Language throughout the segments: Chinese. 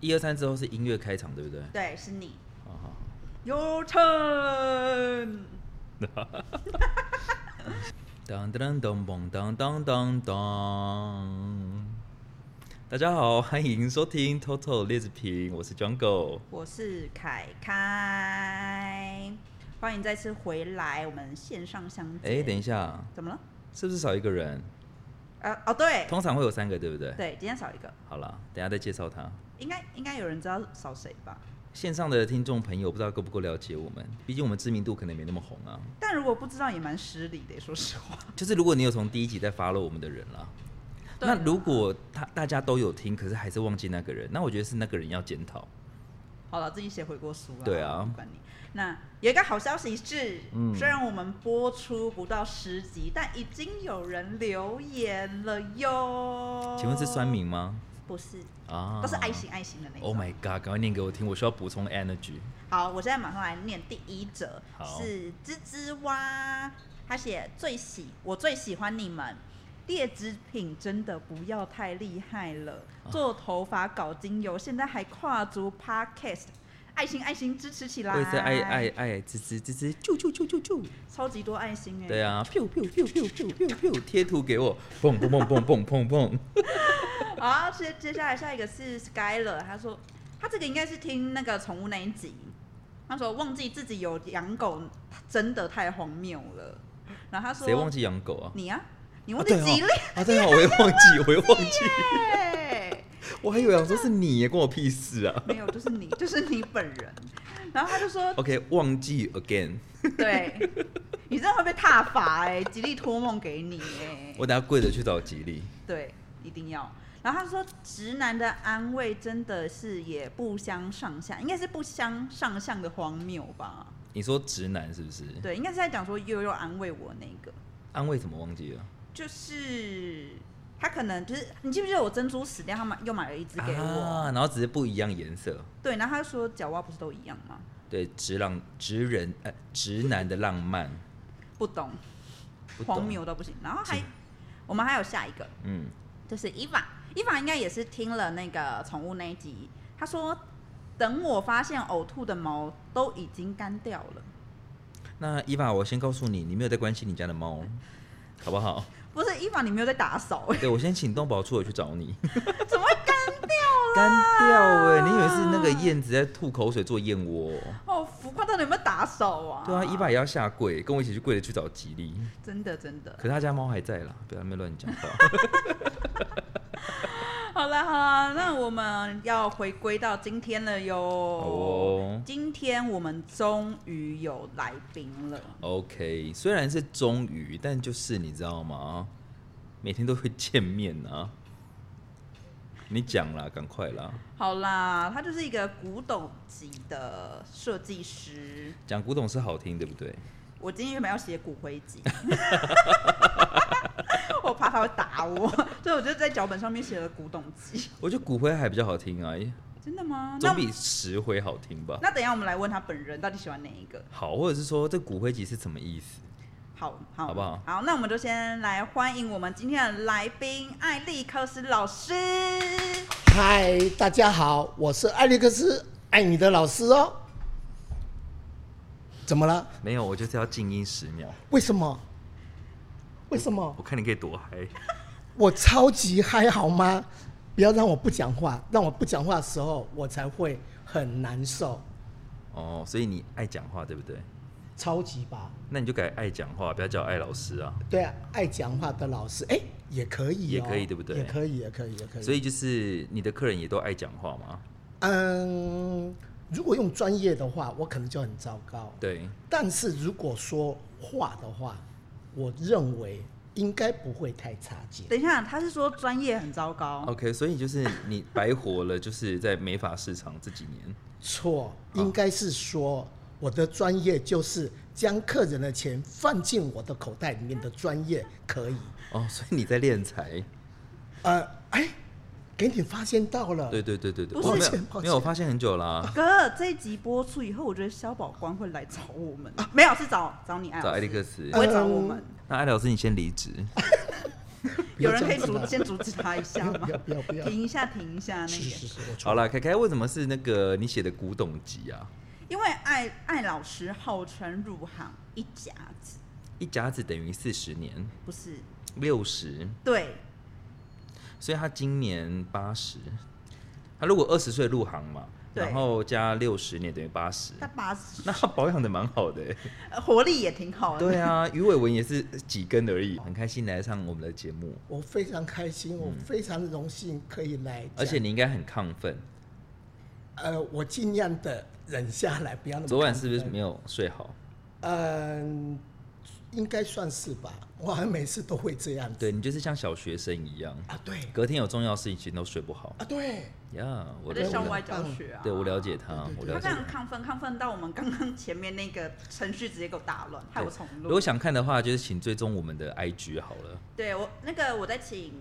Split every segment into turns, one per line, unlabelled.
一二三之后是音乐开场，对不对？
对，是你。
好好好
Your turn。
当当当当当当当当。大家好， 欢迎收听《Total 劣质评》，我是 Jungle。
我是凯凯，欢迎再次回来我们线上相见。
哎、等一下，
怎么了？
是不是少一个人？
呃，哦，对，
通常会有三个，对不对？
对，今天少一个，
好了，等一下再介绍他。
应该应该有人知道少谁吧？
线上的听众朋友，不知道够不够了解我们？毕竟我们知名度可能没那么红啊。
但如果不知道也蛮失礼的，说实话。
就是如果你有从第一集在 follow 我们的人啦，
对啊
那
啦
如果他大家都有听，可是还是忘记那个人，那我觉得是那个人要检讨。
好了，自己写悔过书啊。
对啊
不管你。那有一个好消息是，
嗯
虽然我们播出不到十集，但已经有人留言了哟。
请问是酸？民吗？
不是，
啊，
都是爱心爱心的那种。
Oh my god！赶快念给我听，我需要补充 energy。
好，我现在马上来念第一则，
好
是吱吱哇，他写最喜我最喜欢你们。劣质品真的不要太厉害了，
啊
做头发搞精油，现在还跨足 podcast，爱心爱心支持起来！
我也是爱爱爱滋滋滋滋，啾啾啾啾啾。
超级多爱心哎、
对啊，biu biu biu biu biu biu biu，贴图给我，砰砰砰砰砰砰砰。
好，接接下来下一个是 Skyler，他说他这个应该是听那个宠物那一集，他说忘记自己有养狗，真的太荒谬了。然后 他说
谁忘记养狗啊？
你啊？你
啊
忘记
对
吉利
哦，啊对哦，我也忘记，我也忘 记，
耶？
我还以为想说是你耶，关我屁事啊。
没有，就是你，就是你本人。然后他就说
OK，忘记 again，：“
对，你这样会被踏伐哎、吉利托梦给你哎、
我等下跪着去找吉利。
对，一定要。”然后他说：“直男的安慰真的是也不相上下，应该是不相上下的荒谬吧？
你说直男是不是？
对，应该是在讲说悠悠安慰我那个，
安慰怎么忘记了？啊
就是他可能就是你记不记得我珍珠死掉，他买又买了一只给我，
啊，然后只是不一样颜色。
对，然后他就说脚蛙不是都一样吗？
对，直浪直人呃直男的浪漫，
不懂，
不懂
荒谬到不行。然后还
是
我们还有下一个，
嗯，
就是 Eva，Eva 应该也是听了那个宠物那一集，他说等我发现呕吐的毛都已经干掉了，
那伊娃，我先告诉你，你没有在关心你家的猫，好不好？
不是 Eva 你没有在打扫、欸，
对我先请动保处我去找你，
怎么会干 掉？
干掉哎、你以为是那个燕子在吐口水做燕窝哦？
哦，浮夸到底有没有打扫啊？
对啊，伊娃也要下跪，跟我一起去跪着去找吉利。
真的真的
可。是他家猫还在啦，不要在那边乱讲 话。
好了好了，那我们要回归到今天了哟。
好哦
今天我们终于有来宾了。
OK，虽然是终于，但就是你知道吗？每天都会见面啊。你讲啦，赶快啦！
好啦，他就是一个古董级的设计师。
讲古董是好听，对不对？
我今天原本要写骨灰级， 我怕他会打我，所以我就在脚本上面写了古董级。
我觉得骨灰还比较好听啊，
真的吗？那
总比石灰好听吧？
那等一下我们来问他本人到底喜欢哪一个。
好，或者是说这骨灰级是什么意思？
好好
好不好
好，那我们就先来欢迎我们今天的来宾艾利克斯老师。
嗨，大家好，我是艾利克斯，爱你的老师哦。怎么了？
没有，我就是要静音十秒。
为什么？为什么？
我看你可以多嗨。
我超级嗨，好吗？不要让我不讲话，让我不讲话的时候，我才会很难受。
哦，所以你爱讲话对不对？
超级吧？
那你就改爱讲话，不要叫艾老师啊。
对啊，爱讲话的老师，哎、也可以、哦，
也可以对不对
也可以，也可以，也可以。
所以就是你的客人也都爱讲话嘛？
嗯，如果用专业的话，我可能就很糟糕。
对，
但是如果说话的话，我认为应该不会太差劲。
等一下，他是说专业很糟糕。
OK，所以就是你白活了，就是在美发市场这几年。
错，应该是说我的专业就是将客人的钱放进我的口袋里面的专业可以。
哦，所以你在练财。
呃，哎，给你发现到了，
对对对对对，
不是
我没
抱歉
有
抱歉
没有，我发现很久啦、
哥，这一集播出以后，我觉得肖宝官会来找我们，没有是找找你艾老师
找艾利克斯
不会找我们。
那艾老师，你先离职。
不
有
嗯要
人
这
可以
样子
阻
啦
先阻止他一下
不
吗
要？不要不要不要，
停一下，停一下，那
是是
个，
是，我错
好
了。
啦，凯凯为什么是那个你写的古董集啊？
因为艾艾老师号称入行一甲子，
一甲子等于四十年，
不是
六十，
对，
所以他今年八十。他如果二十岁入行嘛，
对
然后加六十年等于八十，
他八十
那他保养的蛮好的欸、
呃活力也挺好的，
对啊，鱼尾纹也是几根而已，很开心来上我们的节目，
我非常开心，我非常荣幸可以来讲，
而且你应该很亢奋。
呃，我尽量的忍下来，不要那么。
昨晚是不是没？有睡好？
嗯、应该算是吧。我好像每次都会这样子。
对你就是像小学生一样，
啊，对
隔天有重要事情都睡不好。
啊，对，
呀、我了
他在
解
校外教学啊，
对我了解他
对，对
我
对
了
他
解
非。常亢奋，亢奋到我们刚刚前面那个程序直接给我打乱，害我重
如
录
果。想看的话，就是请追踪我们的 IG 好了。
对我那个我在请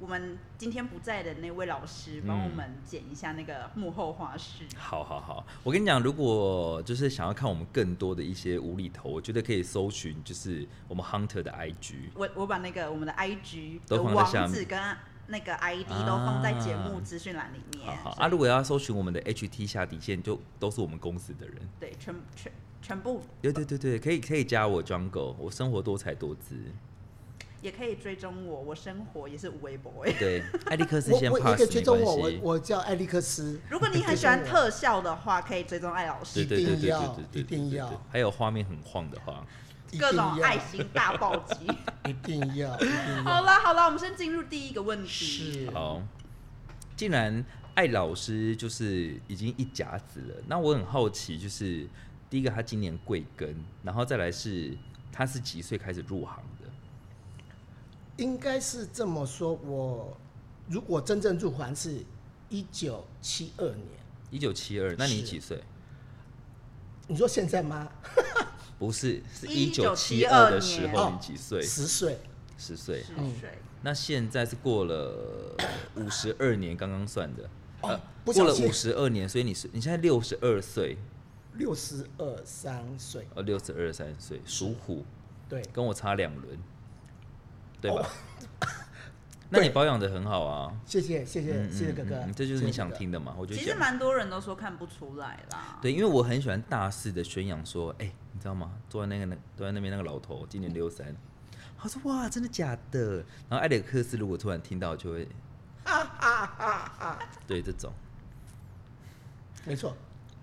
我们今天不在的那位老师帮我们剪一下那个幕后花絮。
好好好，我跟你讲，如果就是想要看我们更多的一些无厘头，我觉得可以搜寻就是我们 Hunter 的 IG。
我我把那个我们的 IG
都
的
放在
网
下面
址跟那个 ID
啊
都放在节目资讯栏里面。
好好
所以
啊，如果要搜寻我们的 HT 下底线，就都是我们公司的人。
对，全全全部
对对对对，可以可以加我 Jungle，我生活多彩多姿。
也可以追踪我，我生活也是无微博欸
对，艾利克斯
我
先
我一
pass
个追
没
踪我，
关
我
系。
我叫艾利克斯，
如果你很喜欢特效的话，可以追踪艾老
对
师，
对对对对对对对
一定要
对还有画面很晃的话，
一
各
定
种
要
爱心大暴 击。
一定要，一定
好
要。
啦好啦，我们先进入第一个问题。
是，
好，既然艾老师就是已经一甲子了，那我很好奇，就是第一个他今年贵庚，然后再来是他是几岁开始入行的？
应该是这么说。我如果真正入环是一九七二年，
一九七二，那你
是
几岁？
你说现在吗？
不是，是一九七
1972
二哦的时候
年
你几岁？
哦十岁，
十岁。
是
嗯
水
那现在是过 了五十二年，刚刚算的。
哦
呃，
不
过
小
了
心
五十二年，所以你是你现在六十二岁，
六十二三岁，
呃，六十二三岁，属虎，
对，
跟我差两轮，对吧？
哦
那你保养的很好啊，
谢谢谢谢
嗯
谢谢哥哥
嗯嗯，这就是你想
谢谢哥哥
听的嘛？我就
其实
讲，
蛮多人都说看不出来 啦。
对，因为我很喜欢大肆的宣扬说，哎、你知道吗？坐在那个那坐在那边那个老头，今年六三。他说：“哇，真的假的？”然后艾里克斯如果突然听到，就会啊对这种。
没错，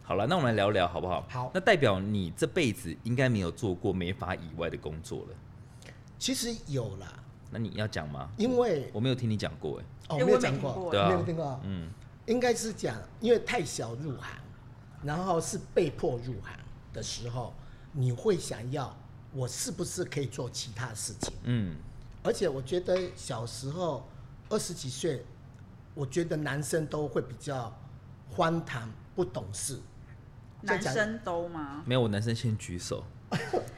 好了，那我们来聊聊好不好？
好
那代表你这辈子应该没有做过美发以外的工作了。
其实有啦，
那你要讲吗？
因为
我没有听你讲过哎、
哦，
因为
没有
我没
讲
听
过，
过
对啊
没有听过，
嗯，
应该是讲，因为太小入行，然后是被迫入行的时候，你会想要我是不是可以做其他事情？
嗯，
而且我觉得小时候二十几岁，我觉得男生都会比较荒唐、不懂事。再
男
讲
生都吗？
没有，我男生先举手，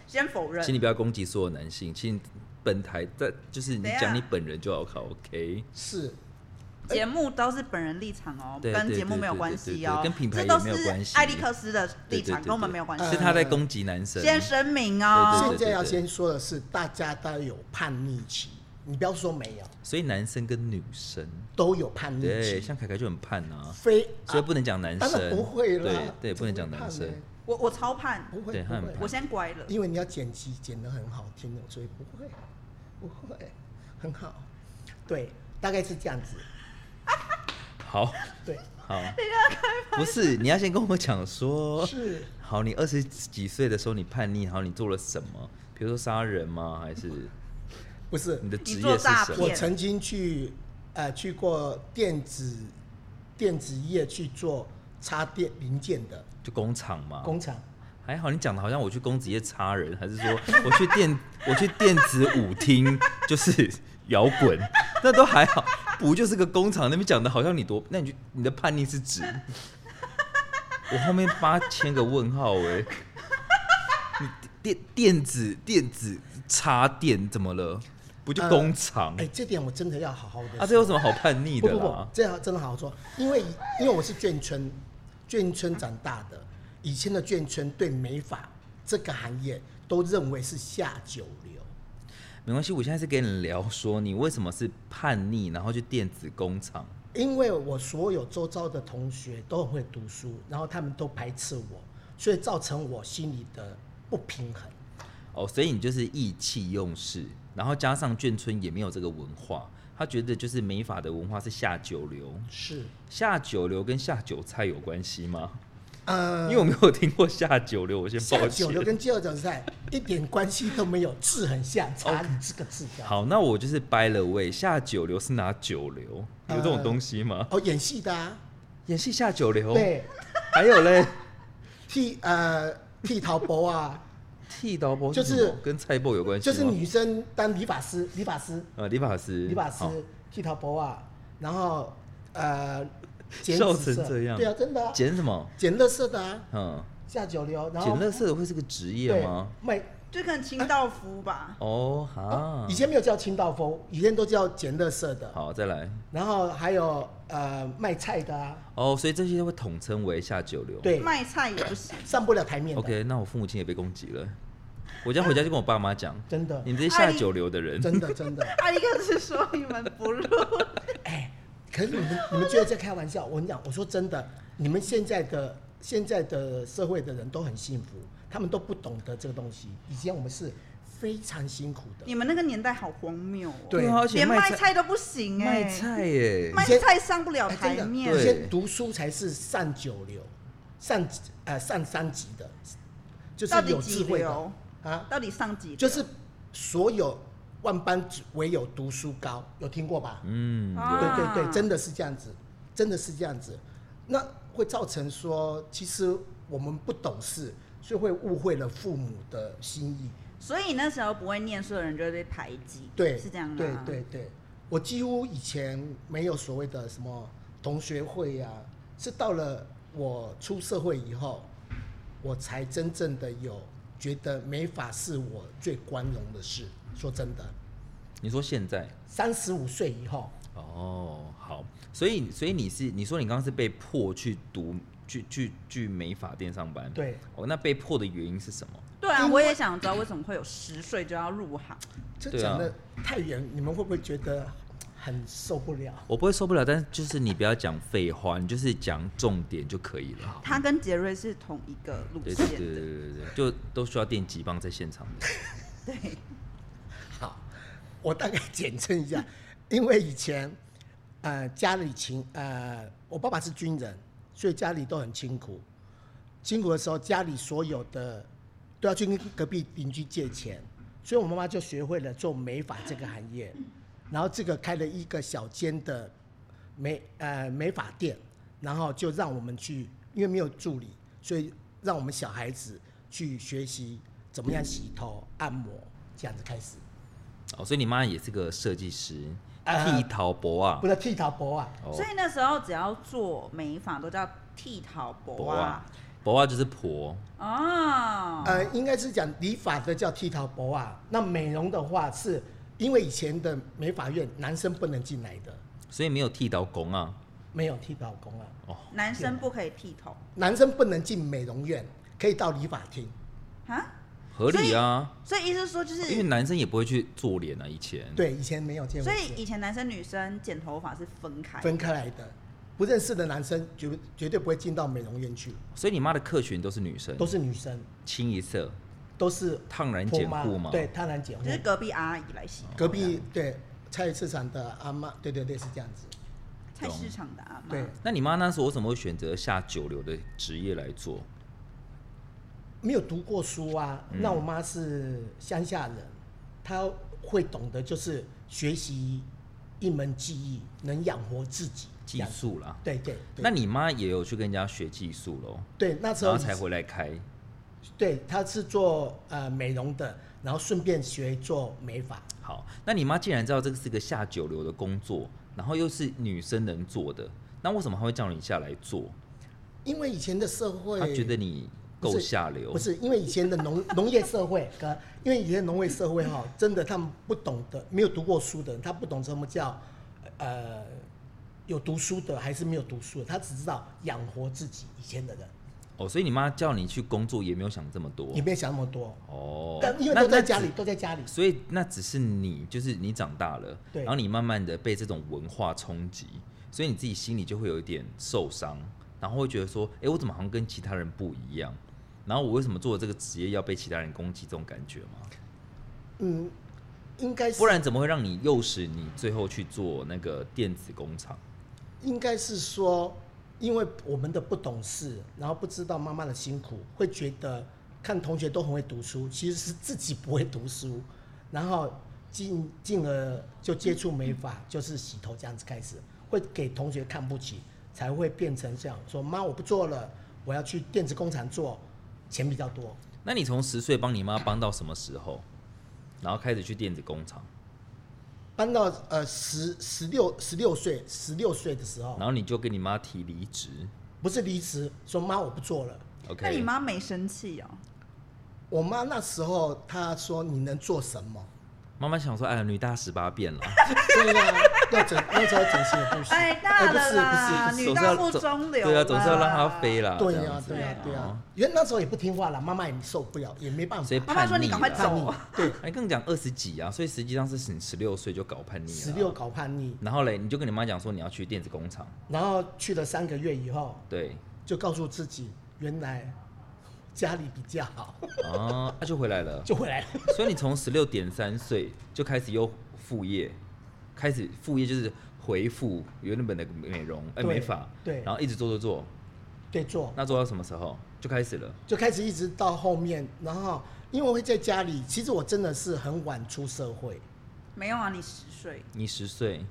先否认
请。你不要攻击所有男性，请你本台在就是你
等一下
讲你本人就好，OK？
是
节目都是本人立场哦，
对
跟
对
节目
对
没有
对
关
对
系
对
哦，
跟品牌
这
也
都
没有关
是
系
艾利克斯的
对
立
对
场，
对
跟我们
对
没有关
是
系。
他在攻击男生。
先声明
对
哦
对，
现在要先说的是，大家都有叛逆期，你不要说没有，
所以男生跟女生，
都有叛逆
对，
期，
像凯凯就很叛啊，
非
所以不能讲男
当
生，
然不会啦，
对对，
怎么
不能讲
会
男
叛欸
生
呢，
我我超叛，
不会，
对他
不
很
会
叛
我现在乖了。
因为你要剪辑剪得很好听的，所以不会， 不会，很好。对，大概是这样子。
好
对，
好，不是，你要先跟我讲说，
是
好，你二十几岁的时候你叛逆，然后你做了什么？比如说杀人吗？还是
不是
你？的职
你做
业是
诈
什
我
么
骗？
曾经去呃去过电子电子业去做插电零件的
就工厂吗？
工厂，
还好，你讲的好像我去工职业插人，还是说 我去电我去电子舞厅 就是摇滚， 那都还好。不就是个工厂那边讲的，好像你多，那你就你的叛逆是指？我后面八千个问号哎、你电电子电子插电怎么了？不就
呃
工厂、
哎、这点我真的要好好的。
啊？这有什么好叛逆
不
的
不不
啦？，
这样真的好好说，因为因为我是眷村，眷村长大的，以前的眷村对美发这个行业都认为是下九流。
没关系，我现在是跟你聊说你为什么是叛逆，然后去电子工厂。
因为我所有周遭的同学都很会读书，然后他们都排斥我，所以造成我心里的不平衡。
哦，所以你就是意气用事，然后加上眷村也没有这个文化，他觉得就是美法的文化是下九流，
是，
下九流跟下酒菜有关系吗？
呃
因为我没有听过下九流，我先抱
下
歉
九。流跟第二种菜一点关系都没有，字很像，差这个字的。
好，那我就是掰了位，下九流是哪九流？有这种
呃
东西吗？
哦，演戏的啊，
演戏下九流，
对，
还有嘞，
剃呃剃头 伯啊，
剃刀波
就是
什么跟菜波有关系
就
吗，
是女生当理发师，理发师，
呃理发师，
理发师
好
剃头伯啊，然后呃剪
笑
紫
成
色
这样
对啊，真的啊，
剪什么？
剪乐色的啊，
嗯，
下九流，然后
剪乐色的会是个职业
对
吗？
卖
就可能清道夫吧。
哦哈，
以前没有叫清道夫，以前都叫捡垃圾的。
好再来
然后还有呃卖菜的啊，
哦，所以这些会统称为下九流。
对，
卖菜也不行。
上不了台面的。
，OK，那我父母亲也被攻击了，我家回家就跟我爸妈讲，
真的
你，们这些下九流的人，
真 的，真的。
阿力克是说你们不 录，
哎，可是你们你们觉得在开玩笑？我跟你讲，我说真的，你们现在的现在的社会的人都很幸福，他们都不懂得这个东西。以前我们是非常辛苦的
你，们那个年代好荒谬哦，
对
啊而且
连
卖
卖菜都不行哎、
卖菜耶，
卖
以前
菜上不了
哎
台
真的，
面。
以
对
前读书才是上九流，上呃上三级的，就是
到底
有智
几
慧
流
的？啊。
到底上几流？
就是所有万般只唯有读书高，有听过吧？
嗯，
啊
有
对对对，真的是这样子，真的是这样子。那会造成说，其实我们不懂事，所以会误会了父母的心意。
所以那时候不会念书的人就会被排挤，
对，
是这样吗？啊
对对对，我几乎以前没有所谓的什么同学会呀、啊，是到了我出社会以后，我才真正的有觉得美法是我最光荣的事。说真的，
你说现在
三十五岁以后，
哦，好，所以所以你是你说你刚刚是被迫去读去去去美发店上班，
对，
哦，那被迫的原因是什么？
对啊，
因为嗯
我也想知道为什么会有十岁就要入行，
这
对啊
讲的太远，你们会不会觉得很受不了？
我不会受不了，但是就是你不要讲废话，你就是讲重点就可以了。
他跟杰瑞是同一个路
对对对
线
对
的。
对对对，就都需要电击棒在现场的。
对，
好，我大概 简称一下，因为以前呃家里勤呃我爸爸是军人，所以家里都很辛苦。辛苦的时候，家里所有的都要去跟隔壁邻居借钱，所以我妈妈就学会了做美发这个行业，然后这个开了一个小间的美呃美发店，然后就让我们去，因为没有助理，所以让我们小孩子去学习怎么样洗头、按摩，这样子开始。
哦，所以你妈也是个设计师，
呃
剃头博啊
不。是剃头伯啊，
哦
所以那时候只要做美发都叫剃头博
博
啊
啊，，博啊就是婆，
哦，
呃，应该是讲理发的叫剃头伯啊，那美容的话是因为以前的美发院男生不能进来的，
所以没有剃刀工啊。
没有剃头工啊，
男生不可以剃头
男生不能进美容院，可以到理发厅。
啊，
合理啊，
所以意思是说就
因为
是，
男生也不会去做脸啊，以前。
对，以前没有见过
所
这
以
样，
以前男生女生剪头发是分开的，
分开来的，不认识的男生绝不绝对不会进到美容院去，
所以你妈的客群都是女生，
都是女生，
清一色，
都是
烫然
婆
简
妈
户嘛。
对，贪婪姐户
就，是隔壁阿姨来
哦
洗，
隔壁对菜市场的阿妈，对对对，是这样子，
菜市场的阿妈，
对，
那你妈那时候为什么会选择下九流的职业来做？
没有读过书啊，
嗯
那我妈是乡下人，她会懂得就是学习一门技艺，能养活自己。
技
养
术啦。
对对对。
那你妈也有去跟人家学技术喽，
对那时
然
候
后才回来开。
对，她是做呃美容的，然后顺便学做美发。
好，那你妈既然知道这个是个下九流的工作，然后又是女生能做的，那为什么她会叫你下来做？
因为以前的社会，
她觉得你够下流，
不是因为以前的农 农业社会，哥，因为以前的农业社会哈、真的他们不懂得，没有读过书的人，他不懂什么叫呃有读书的还是没有读书的，他只知道养活自己。以前的人，
哦，所以你妈叫你去工作也没有想这么多
也没有想那么多，
哦
但。因为
那
都
那
在家
只
里，都在家里。
所以那只是你，就是你长大了，
对
然后你慢慢的被这种文化冲击，所以你自己心里就会有一点受伤，然后会觉得说，哎、我怎么好像跟其他人不一样？然后我为什么做这个职业要被其他人攻击？这种感觉吗？
嗯，应该是
不然怎么会让你诱使你最后去做那个电子工厂？
应该是说，因为我们的不懂事，然后不知道妈妈的辛苦，会觉得看同学都很会读书，其实是自己不会读书，然后进进而就接触美发，就是洗头这样子开始，会给同学看不起，才会变成这样说妈我不做了，我要去电子工厂做，钱比较多。
那你从十岁帮你妈帮到什么时候？然后开始去电子工厂，
搬到呃十十六十六岁十六岁的时候
然，后你就跟你妈提离职。
不是离职，说妈我不做了。
那你
OK，
妈没生气哦？
我妈那时候她说你能做什么？
妈妈想说，哎呀，女大十八变了，
对呀、
啊
要整那时候整形也不行。
哎，大
不
了
是
啦，
不
是
女大不中留啦，啊
对啊，总是要让她飞啦。
对
这
呀、
样子
对呀、对呀、啊
哦
因为那时候也不听话了，妈妈也受不了，也没办
所以
法。
妈妈说
叛逆
你赶快
啦
走，
对，
哎，更讲二十几啊，所以实际上是你十六岁就搞叛逆了。
十六，搞叛逆，
然后嘞，你就跟你妈讲说你要去电子工厂，
然后去了三个月以后，
对，
就告诉自己原来家里比较好，
啊，她就回来了。
就回来了。
所以你从十六点三岁就开始有副业，开始副业就是回复原本的美容哎
对
美发，
对
然后一直做做做，
对，做
那做到什么时候就开始了？
就开始一直到后面，然后因为我会在家里，其实我真的是很晚出社会，
没有啊，你十岁，
你十岁，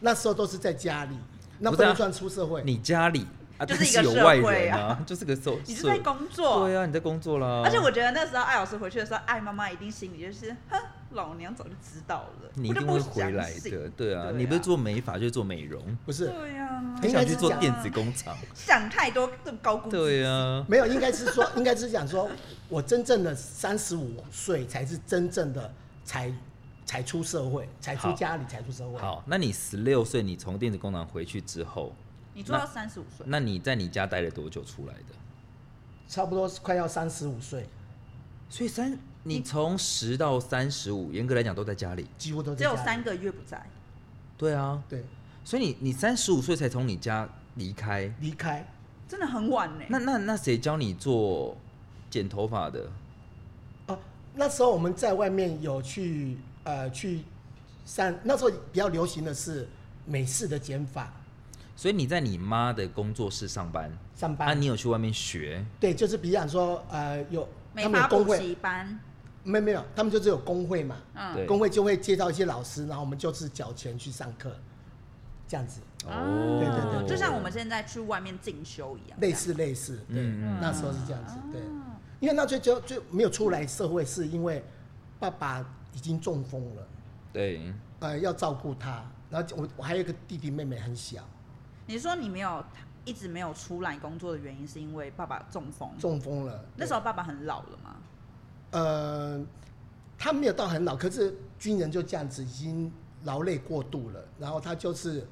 那时候都是在家里，那
不
不
是啊
能算出社会。
你家里啊，
就
但
是一个
是有
社
外
会
人
啊
啊， 就是个社，
你是
社
在工作，
对啊，你在工作啦。
而且我觉得那时候艾老师回去的时候，艾妈妈一定心里就是，哼，老娘早就知道了，
你一
我就
定
不
会回
相
来
信
的，对啊，你不是做美发就是做美容，
不是，
对啊，
你
应
想
该
去
哎是
做
讲
电子工厂，
想太多，这么高估自己
对啊，
没有，应该是说，应该是讲说，我真正的三十五岁才是真正的才才出社会，才出
好
家里，才出社会。，
好，那你十六岁你从电子工厂回去之后，
你做到三十五岁，
那你在你家待了多久出来的？
差不多是快要三十五岁，
所以三，你从十到三十五，严格来讲都在家里。
几乎都在
只有
家里
三。个月不在，
对啊，
对，
所以你你三十五岁才从你家离开，
离开
真的很晚呢。
那那那谁教你做剪头发的？
哦、那时候我们在外面有去呃去上，那时候比较流行的是美式的剪法，
所以你在你妈的工作室上班，
上
啊，
班。
你有去外面学？
对，就是比方说呃有
美
他们有
发
工
补
会，
习班，
没有没有，他们就是有工会嘛，
嗯，
对
工会就会介绍一些老师，然后我们就是缴钱去上课，这样子，
啊
哦，
对对对对
就像我们现在去外面进修一样，
类似类似，对，
嗯
那时候是这样子，对，
哦
因为那最就就没有出来社会，是因为爸爸已经中风了，
对，
呃，要照顾他，然后我我还有一个弟弟妹妹很小，
你说你没有一直没有出来工作的原因，是因为爸爸中风，
中风了，
那时候爸爸很老了嘛，
对，呃，他没有到很老，可是军人就这样子，已经劳累过度了，然后他就是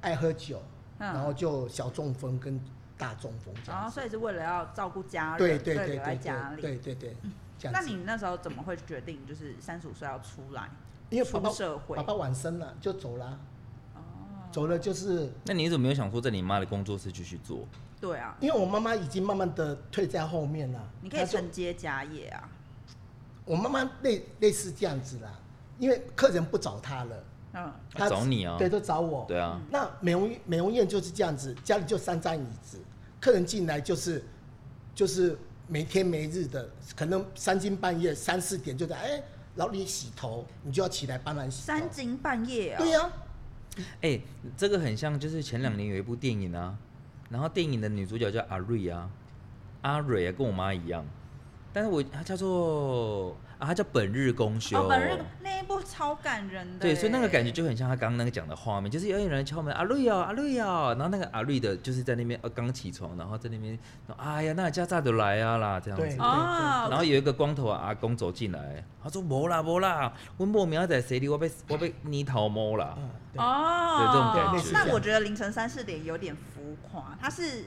爱喝酒，
嗯
然后就小中风跟大中风这
然
样
后
子，
所以是为了要照顾家人，
对对
所以
对
留在
对
家
对
里。嗯
对对对，这
那
样子
你，那时候怎么会决定就是三十五岁要出来？
因为爸爸
出社会哦
爸爸晚生了就走了，啊走了就是。
那你怎么没有想说在你妈的工作室继续做？
对啊，
因为我妈妈已经慢慢的退在后面了，
你可以
她就
承接家业啊。
我妈妈类类似这样子啦，因为客人不找她了，
嗯，
她
她
啊找你啊？
对，都找我。
对啊，
那美容美容院就是这样子，家里就三张椅子，客人进来就是就是没天没日的，可能三更半夜三四点就在哎、老李洗头，你就要起来帮忙洗头。
三更半夜啊、
对呀、
哎、这个很像，就是前两年有一部电影啊，然后电影的女主角叫阿瑞啊，阿蕊啊，跟我妈一样，但是我她叫做啊，她叫本日公休。
哦，本日那一部超感人的。
对，所以那个感觉。就很像他刚刚那个讲的画面，就是有有人敲门，阿瑞哦，阿瑞哦，然后那个阿瑞的就是在那边呃刚起床，然后在那边，然后哎呀，那家咋的来啊啦这样
对
子
对，
哦，
然后有一个光头啊阿公走进来，他说无啦无啦，我莫名仔谁哩，我被我被泥头摸啦。
嗯，对
哦，
对这种感
觉
那我觉得凌晨三四点有点浮夸，它是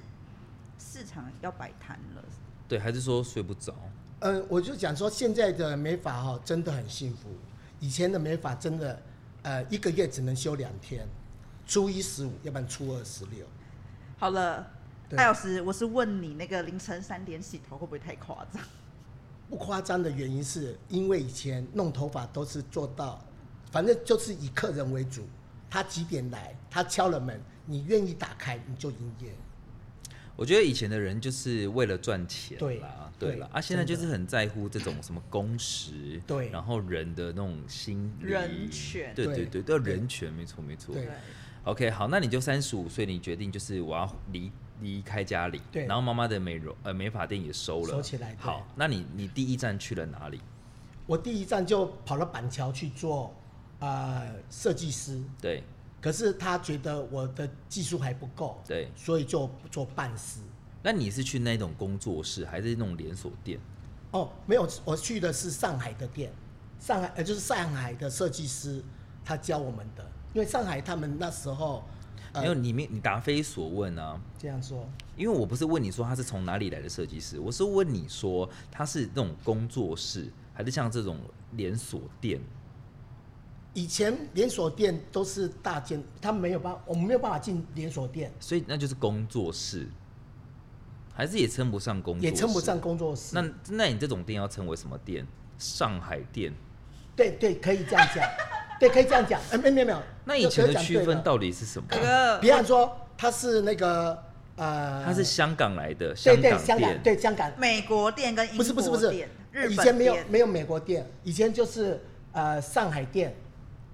市场要摆摊了。
对，还是说睡不着？
呃，我就讲说现在的美发哈、真的很幸福，以前的美发真的，呃，一个月只能休两天，初一十五，要不然初二十六。
好了，
对
艾老师，我是问你那个凌晨三点洗头会不会太夸张？
不夸张的原因是因为以前弄头发都是做到，反正就是以客人为主，他几点来，他敲了门，你愿意打开你就营业。
我觉得以前的人就是为了赚钱
对
啦，
对
对啦，啊，现在就
真的
是很在乎这种什么工时，
对
然后人的那种心理
人权
对对对，
对
对人权，没错没错。
对
OK，好，那你就三十五岁，你决定就是我要离离开家里，
对
然后妈妈的美容呃美发店也收了，
收起来对
好，那你你第一站去了哪里？
我第一站就跑到板桥去做，呃，设计师，
对，
可是他觉得我的技术还不够，
对
所以就做半师。
那你是去那种工作室，还是那种连锁店？
哦，没有，我去的是上海的店，上海呃就是上海的设计师，他教我们的，因为上海他们那时候，呃
没有，你没你答非所问啊。
这样说，
因为我不是问你说他是从哪里来的设计师，我是问你说他是那种工作室，还是像这种连锁店？
以前连锁店都是大间，他们没有办法，我们没有办法进连锁店，
所以那就是工作室，还是也称不上工作室，
也称不上。工作室。
那那你这种店要称为什么店？上海店？
对对，可以这样讲， 对，可以这样讲。哎、没没有没有，
那以前
有
的
讲
区
对
分
了
到底是什么？
哥哥，
比方说他是那个呃，
他是香港来的，
对
香
对
港
香港
店。
对香港，
美国店跟英
不是不是不
国
是
店、日
以前
本
没有
店，
没有美国店，以前就是呃上海店，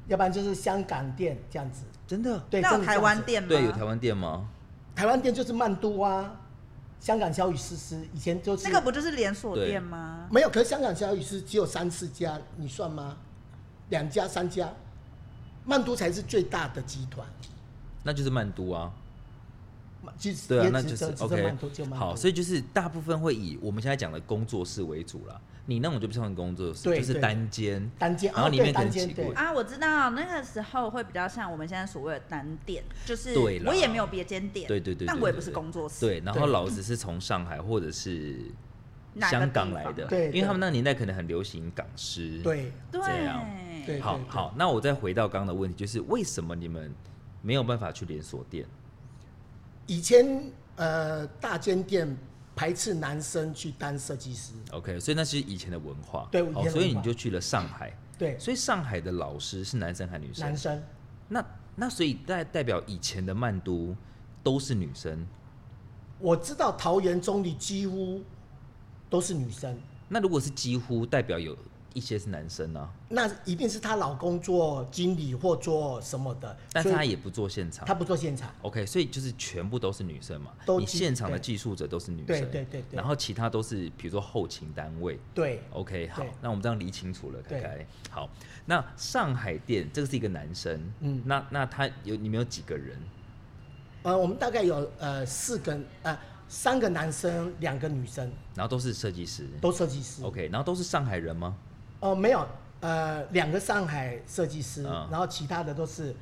要不然就是香港店这样子。
真的？
对，
那
真
有
的
台
这样
湾
子，
店吗？
对，有台湾店吗？
台湾店就是曼都啊，香港小雨诗诗，以前就是
那个不就是连锁
对
店吗？
没有，可是香港小雨诗只有三四家，你算吗？两家三家，曼都才是最大的集团。
那就是曼都啊。
其实
对啊
也，
那
只
就是
只只剩
OK
曼都就。曼都。
好，所以就是大部分会以我们现在讲的工作室为主啦。你那种就不算工作室，
对
就是
对
单间。
单间，
然后
啊
里
对
面可
单
能
间
几
对
个
啊，我知道那个时候会比较像我们现在所谓的单店，就是
对啦
我也没有别间店，
对对对对
但我也不
对
是
对
工作室，
对，然后
对
老子是从上海或者是
哪个
香港
地
来
方
的，
对
因为他们
对
那年代可能很流行港师。，
对
对
这样
对
好好，那我再回到刚刚的问题，就是为什么你们没有办法去连锁店？
以前呃大间店排斥男生去当设计师，
OK，所以那是以前的文化。
对以前
好，
的
所以
文
你
化
就去了上海。
对
所以上海的老师是男生还是女生？
男生
那那所以代代表以前的曼都都是女生。
我知道桃园中里几乎都是女生，
那如果是几乎，代表有一些是男生呢、啊，
那一定是她老公做经理或做什么的，
但是
所以
他也不做现场
她。不做现场，
OK，所以就是全部都是女生嘛，
都
你
技
现场的
对
技术者都是女生，
对对对对
然后其他都是比如说后勤单位。
对
OK，好
对，
那我们这样理清楚了，凯
对
凯。好，那上海店这个是一个男生，嗯
嗯，
那那他有你们有几个人？
呃，我们大概有呃四个呃三个男生，两个女生，
然后都是设计师
都设计师。
，OK，然后都是上海人吗？
哦、没有，呃，两个上海设计师，
嗯
然后其他的都是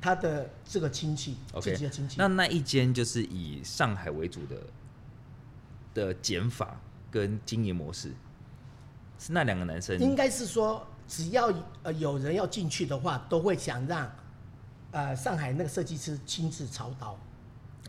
他的这个亲戚
OK，
自己的亲戚。
那那一间就是以上海为主的的减法跟经营模式，是那两个男生
应该是说，只要呃有人要进去的话，都会想让呃上海那个设计师亲自操刀。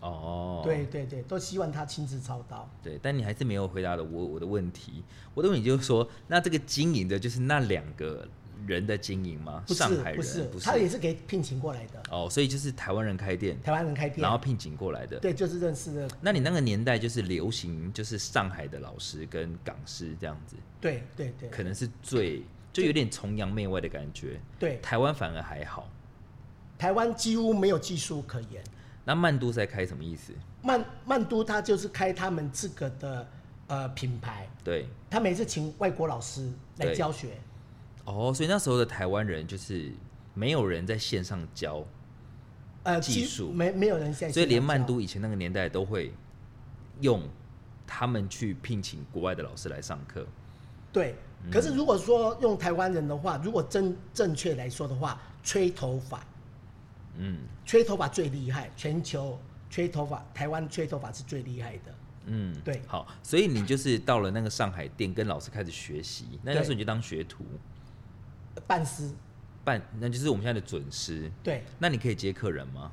哦，
对对对，都希望他亲自操刀。
对，但你还是没有回答的我我的问题。我的问题就是说，那这个经营的就是那两个人的经营吗？
不是
上海人
不是，他也是给聘请过来的，
哦，所以就是台湾人开店，
台湾人开店
然，后聘请过来的。
对，就是认识的，
那你那个年代就是流行，就是上海的老师跟港师这样子，
对对对
可能是最就有点崇洋媚外的感觉。
对，
台湾反而还好。
台湾几乎没有技术可言。
那曼都是在开什么意思？
曼曼都他就是开他们自个的呃品牌，
对，
他每次请外国老师来
对
教学，
哦，所以那时候的台湾人就是没有人在线上教，
呃，
技
几
术
没没有人现在
所以
现在
连曼
教
都以前那个年代都会用他们去聘请国外的老师来上课。
对，
嗯
可是如果说用台湾人的话，如果正正确来说的话，吹头发，
嗯
吹头发最厉害，全球吹头发，台湾吹头发是最厉害的。
嗯，
对
好，所以你就是到了那个上海店，跟老师开始学习。那
对
那时候你就当学徒，
半师，
办，那就是我们现在的准师。
对，
那你可以接客人吗？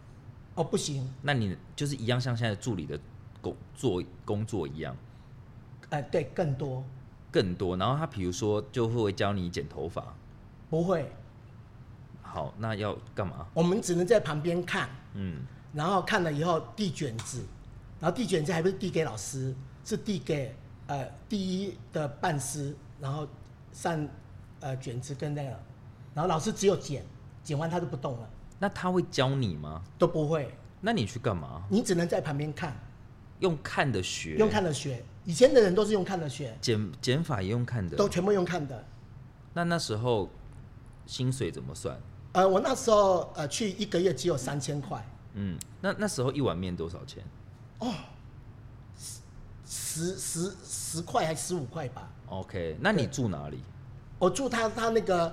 哦不行，
那你就是一样像现在助理的工作工作一样，
呃，对，更多
更多。然后他比如说就会教你剪头发，
不会，
好，那要干嘛？
我们只能在旁边看，
嗯，
然后看了以后递卷子，然后递卷子还不是递给老师，是递给呃第一的半师，然后上呃卷子跟那个，然后老师只有剪，剪完他就不动了，
那他会教你吗？
都不会，
那你去干嘛？
你只能在旁边看，
用看的学，
用看的学，以前的人都是用看的学，
剪剪法也用看的。
都全部用看的。
那那时候薪水怎么算？
呃，我那时候呃去一个月只有三千块，
嗯，那那时候一碗面多少钱？
十十十块还十五块吧。
OK，那你
对
住哪里？
我住他他那个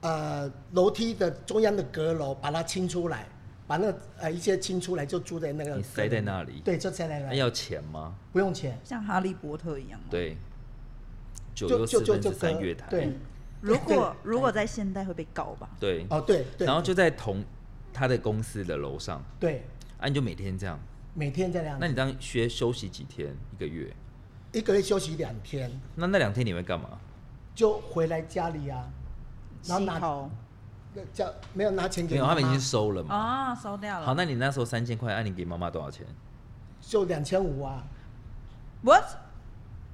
呃楼梯的中央的阁楼，把它清出来，把那呃一些清出来，就住在那个
你塞在那里哎
对，就塞在那
那
里，
要钱吗？
不用钱，
像哈利波特一样吗？
对，九
就
又
就
四
就
分之
就隔
三月台。嗯
对，
如果
对
如果在现代会被告吧？
对
哦对对，
然后就在同他的公司的楼上，
对
啊，你就每天这样。
每天这样
那，你当学休息几天？一个月？
一个月休息两天，
那那两天你会干嘛？
就回来家里啊，然后
洗
拿哦
头
那叫没有拿钱
没
给
有，
妈
他们已
妈
经，收了
哦
嘛。
啊，收掉了。
好，那你那时候三千块，啊那、你给妈妈多少钱？
就两千五啊，
what？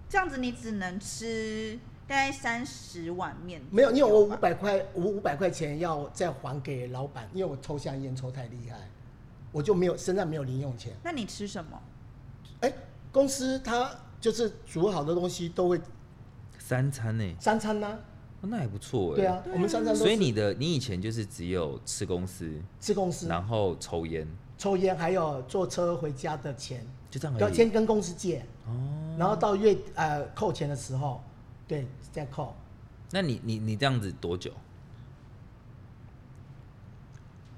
这样子你只能吃大概三十碗面左右吧，
没有，因为我五百块，我五百块钱要再还给老板，因为我抽香烟抽太厉害，我就没有身上没有零用钱。
那你吃什么？
哎，公司它就是煮好的东西都会
三餐呢、
三餐呢、
哦那还不错哎、
对啊，我们三餐都
所以
是
你的你以前就是只有吃公司，
吃公司
然后抽烟，
抽烟，还有坐车回家的钱，
就这样
要
而已
啊先。跟公司借，
哦，
然后到月呃扣钱的时候，对再扣。
那你你你这样子多久？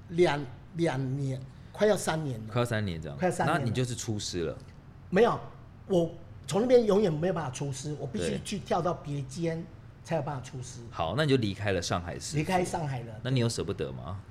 两两年快要三年了，
快要三年这样，
快要三年了
那你就是出师了。
没有，我从那边永远没有办法出师，我必须
对
去跳到别间才有办法出师。
好，那你就离开了上海市，
离开上海了，
那你有舍不得吗？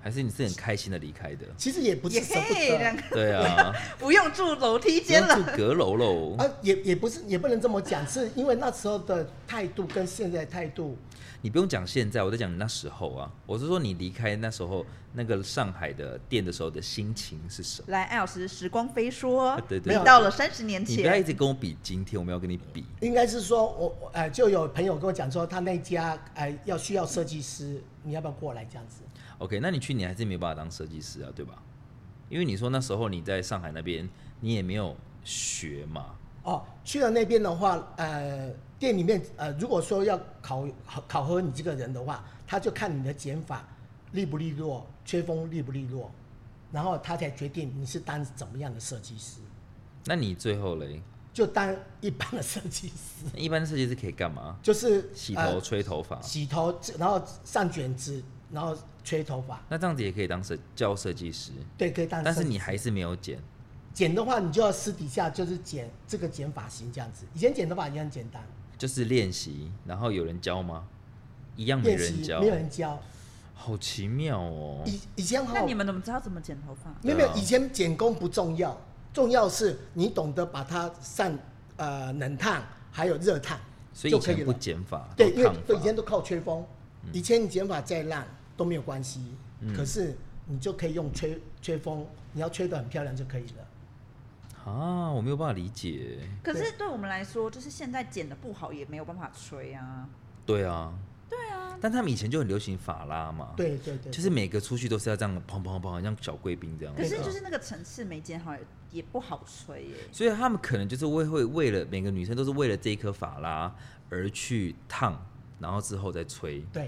还是你是很开心的离开 的？
其实也不是
也
舍不
可以两
得，
个
对啊，
不用住楼梯
不
间
用
了
住。阁楼喽。
啊，也也不是，也不能这么讲，是因为那时候的态度跟现在态度，
你不用讲现在，我在讲你那时候啊。我是说你离开那时候那个上海的店的时候的心情是什么？
来，艾老师，时光飞说，
对
你
对
有
对，
到了三十年
你不要一
前，
直跟我比今天，我们要跟你比。
应该是说我我呃，就有朋友跟我讲说，他那家呃要需要设计师，你要不要过来这样子？
OK，那你去年还是没有办法当设计师啊，对吧？因为你说那时候你在上海那边，你也没有学嘛。
哦，去了那边的话，呃，店里面呃，如果说要考考核你这个人的话，他就看你的剪法利不利落，吹风利不利落，然后他才决定你是当怎么样的设计师，
那你最后嘞，
就当一般的设计师，
那一般设计师可以干嘛？
就是
洗
呃
头、吹头发。
洗头，然后上卷子，然后吹头发。
那这样子也可以当设叫设计师，
对，可以当设计
但
师。
是你还是没有剪。
剪的话，你就要私底下就是剪这个剪发型这样子。以前剪头发也很简单，
就是练习，然后有人教吗？一样没
练
人
习
教哦
没，有人教。
好奇妙哦。
以以前哈
那，你们怎么知道怎么剪头发？
没有没有，
对啊
以前剪工不重要，重要是你懂得把它上呃冷烫还有热烫
所以
就
以
可以
前不
了。
剪发，
对，
啊都嗯
因为
烫
对
发
以前都靠吹风，以前你剪发再烂都没有关系，
嗯
可是你就可以用吹吹风，你要吹得很漂亮就可以了。
啊，我没有办法理解。
可是
对
对我们来说，就是现在剪的不好也没有办法吹啊。
对啊，对啊。但他们以前就很流行法拉嘛，，
对对对，
啊就是每个出去都是要这样砰砰砰，像小贵宾这样。
可是
对啊
就是那个层次没剪好也也不好吹耶、
所以他们可能就是会会为了每个女生都是为了这一颗法拉而去烫，然后之后再吹。
对，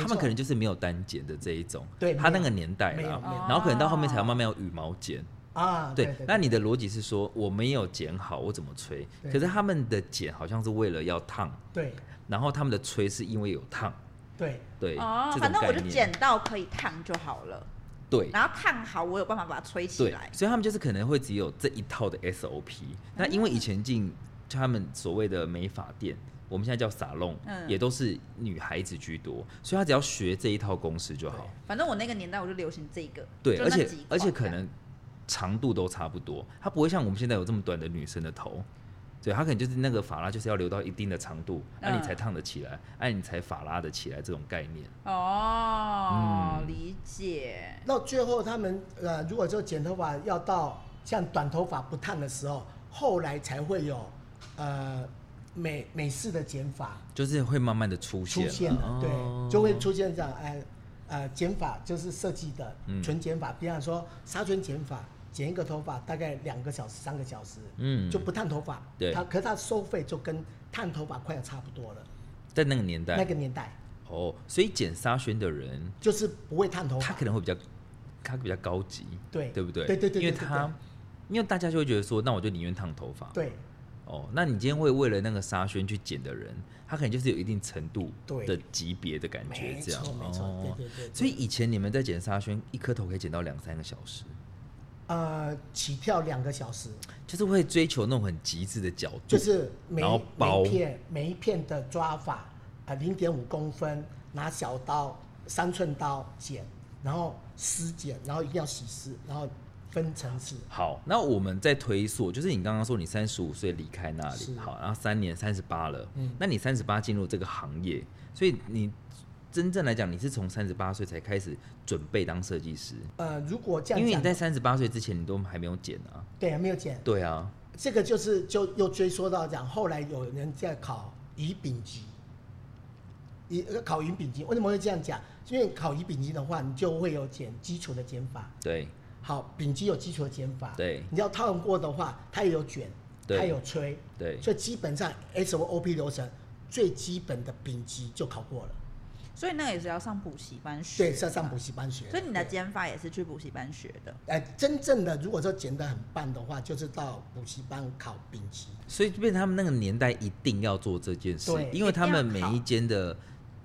他们
错
可能就是没有单剪的这一种，
对
他
没
那
有
个年代
没有
啦
没有，
然后可能到后面
哦
才慢慢有羽毛剪。
啊，
对
对对，
那你的逻辑是说我没有剪好，我怎么吹？
对
可是他们的剪好像是为了要烫，
对
然后他们的吹是因为有烫，
对
对，
哦，
这
反
种
正我
概
就
念。
剪到可以烫就好了。
对
然后烫好，我有办法把它吹起
对
来，。
所以他们就是可能会只有这一套的 SOP。那因为
啊
以前进就他们所谓的美发店，我们现在叫沙龙，
嗯
也都是女孩子居多，所以她只要学这一套公式就好。
反正我那个年代我就流行这个，
对，
就
而
那
且
几款
而且
这
可
样
能长度都差不多，它不会像我们现在有这么短的女生的头。对，它可能就是那个发拉就是要留到一定的长度，那、你才
嗯
烫得起来，哎、你才发拉得起来这种概念。
哦，
嗯
理解。
到最后他们呃，如果说剪头发要到像短头发不烫的时候，后来才会有呃美美式的剪法
就是会慢慢的出现
出
了，
现了，
哦
对，就会出现这样哎呃剪法就是设计的
嗯
纯剪法，比方说沙圈剪法，剪一个头发大概两个小时三个小时，
嗯
就不烫头发，
对
它可是它收费就跟烫头发快要差不多了，
在那个年代，
那个年代
哦，所以剪沙宣的人，
就是不会烫头
他
发
可，能会比较，他比较高级，
哦对
对不对？
对对对对
因为
对对
他，因为大家就会觉得说，那我就宁愿烫头发。，
对
哦，那你今天会为了那个沙宣去剪的人，他可能就是有一定程度
对
的级别的感觉
没，
这样
错没错
哦
对对对对
所以以前你们在剪沙宣，一颗头可以剪到两三个小时，
呃起跳两个小时。
就是会追求那种很极致的角度，
就是每
然后
每
包
一片每一片的抓法啊，零点五公分，拿小刀三寸刀剪，然后湿剪，然后一定要洗湿，然后分层次。
好，那我们再推溯，就是你刚刚说你三十五岁离开那
是
里，好，然后三年三十八了，
嗯
那你三十八进入这个行业，所以你真正来讲，你是从三十八岁才开始准备当设计师，
呃，如果这
因为你
样
在
讲，
三十八岁之前你都还没有剪啊，
对，还没有剪，
对啊，
这个就是就又追溯到讲，后来有人在考乙丙级，乙呃考乙丙级，为什么会这样讲？因为考乙丙级的话，你就会有剪基础的剪法，
对
好，丙级有基础的剪法，
对
你要烫过的话，它也有卷，
对
它也有吹，
对，
所以基本上 SOP 流程最基本的丙级就考过了，
所以那个也是要上补习班学，
啊
啊
对，是要上补。习班学的。
所以你的
对
剪法也是去补习班学的。
呃，真正的如果说剪得很棒的话，就是到补习班考丙级。
所以就变成他们那个年代一定要做这件事
对，
因为他们每
一定要考
一间的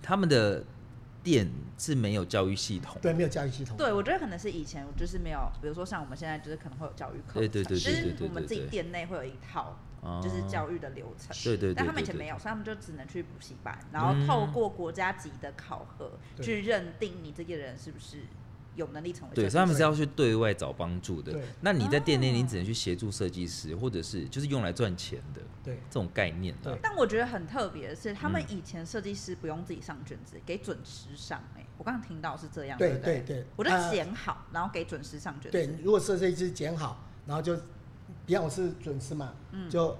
他们的店是没有教育系统，
对，没有教育系统。
对，我觉得可能是以前就是没有，比如说像我们现在就是可能会有教育课，
对对对对对对
就是我们自己
对
店内会有一套
哦
就是教育的流程，
对对对
但他们
对
以前
对
没有，所以他们就只能去补习班，然
嗯
后透过国家级的考核
对
去认定你这个人是不是有能力成为
哦对，
设
所以他们
计
是要去对外找帮助的
对。
那你在店内，
哦
你只能去协助设计师，或者是就是用来赚钱的
对
这种概念啊
对
但我觉得很特别的是，他们
嗯
以前设计师不用自己上卷子，给准时上、欸。我刚刚听到是这样，
对
不对？
对对
我就
呃
剪好，然后给准时上卷
对
子。
如果设计师剪好，然后就，比方我是准师嘛，
嗯
就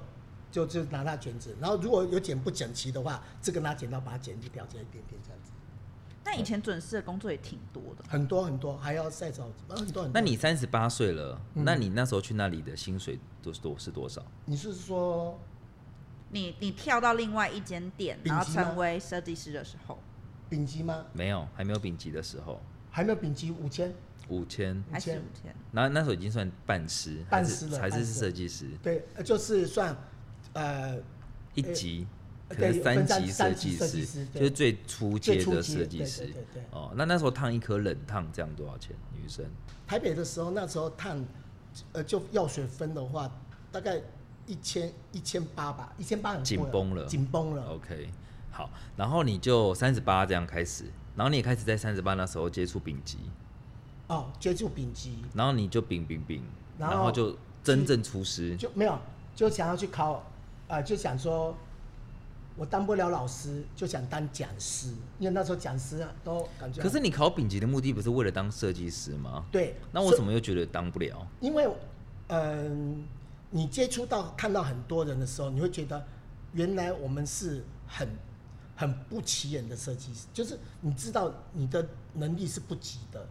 就就拿他卷子，然后如果有剪不整齐的话，这个拿剪刀把它剪掉这一点点这样子，
那以前准时的工作也挺多的，
很多很多，还要再找呃很多很多。
那你三十八岁了，
嗯
那你那时候去那里的薪水多多是多少？
你是说
你你跳到另外一间店，
丙
然
级
后
吗
成为设计师的时候，
丙级吗？
没有，还没有丙级的时候，
还没有丙级五千？
五千。
还是
千
五千？
那那时候已经算半师，
半
还
师
是
了
还是
半
是
师
设计师
对，呃就是算呃
一级，
呃
可能
对分三
级设
三
计
级设
师
计师，
就
对
是最初阶
最初
的
阶
设计
对
师
对对对。
哦，那那时候烫一颗冷烫这样多少钱？女生
台北的时候，那时候碳，呃，就药水分的话，大概一千一千八吧，一千八很贵啊
紧绷了哦
紧绷了。
OK，好，然后你就三十八这样开始，然后你也开始在三十八那时候接触丙级，
哦，接触丙级
然后你就丙丙丙，
然
然
后
后就真正出师，
就没有，就想要去考，呃，就想说，我当不了老师，就想当讲师，因为那时候讲师啊都感觉。
可是你考丙级的目的不是为了当设计师吗？
对，
那我
所以
怎么又觉得当不了？
因为，嗯，你接触到看到很多人的时候，你会觉得原来我们是很很不起眼的设计师，就是你知道你的能力是不及的。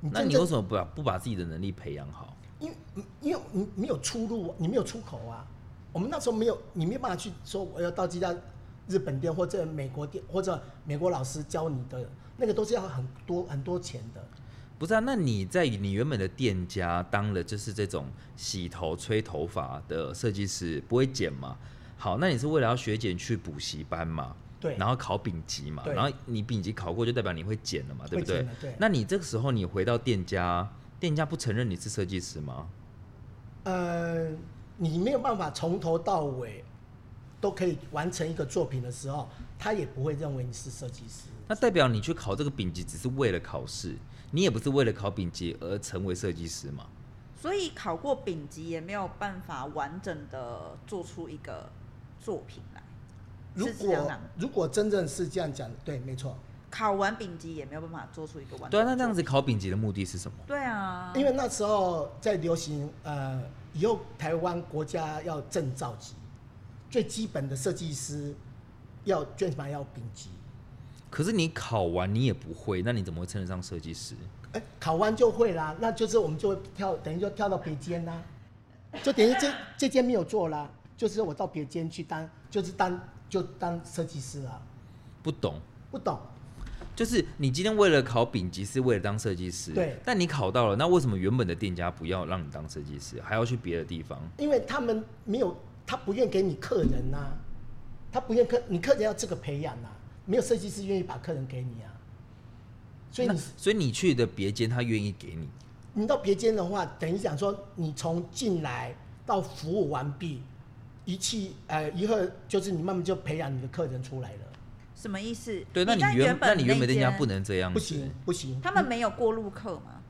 那
真
你
正
为什么不把不把自己的能力培养好？
因为因为你没有出路，你没有出口啊。我们那时候没有，你没有办法去说我要到这家日本店或者美国店或者美国老师教你的，那个都是要很多很多钱的。
不是啊，那你在你原本的店家当了就是这种洗头、吹头发的设计师，不会剪嘛？好，那你是为了要学剪去补习班嘛？
对
然后考丙级嘛，
对
然后你丙级考过就代表你会剪了嘛，对不
会
对
剪了？对
那你这个时候你回到店家，店家不承认你是设计师吗？
呃，你没有办法从头到尾都可以完成一个作品的时候，他也不会认为你是设计师。
那代表你去考这个丙级只是为了考试，你也不是为了考丙级而成为设计师嘛？
所以考过丙级也没有办法完整的做出一个作品来。
如
是这样啊
果
的
如果真正是这样讲，对，没错，
考完丙级也没有办法做出一个完整的
对啊，那这样
作
子考丙级的目的是什么？
品，对啊，
因为那时候在流行，呃，以后台湾国家要证照级，最基本的设计师要最起码要丙级，
可是你考完你也不会，那你怎么会称得上设计师？
哎、考完就会啦，那就是我们就会跳，等于就跳到别间啦，就等于这这间没有做啦，就是我到别间去当，就是当就当设计师啦，
不懂，
不懂，
就是你今天为了考丙级是为了当设计师，
对
但你考到了，那为什么原本的店家不要让你当设计师，还要去别的地方？
因为他们没有，他不愿给你客人呐、他不愿客，你客人要这个培养呐、没有设计师愿意把客人给你啊，所以
那
你
所以你去的别间他愿意给你，
你到别间的话，等于讲说你从进来到服务完毕，一气呃一会儿就是你慢慢就培养你的客人出来了。
什么意思？
对，那你
但
原那
本
你原本店家
间
不，能这样子，
不行不行，
他们没有过路客嘛？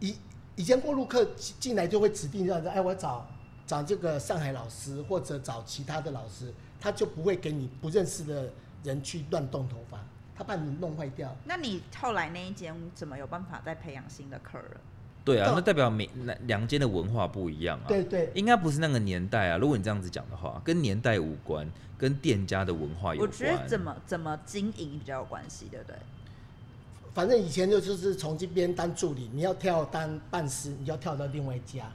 以以前过路客进进来就会指定这样子，哎，我找找这个上海老师或者找其他的老师，他就不会给你不认识的人去乱动头发，他把你弄坏掉。
那你后来那一间怎么有办法再培养新的客人？
对啊，
到
那代表每那两间的文化不一样啊。
对对
应该不是那个年代啊。如果你这样子讲的话，跟年代无关，跟店家的文啊化有
我
关。
觉得怎么怎么经营比较有关系，对不对？
反正以前就就是从这边当助理，你要跳当办事，你就要跳到另外一家，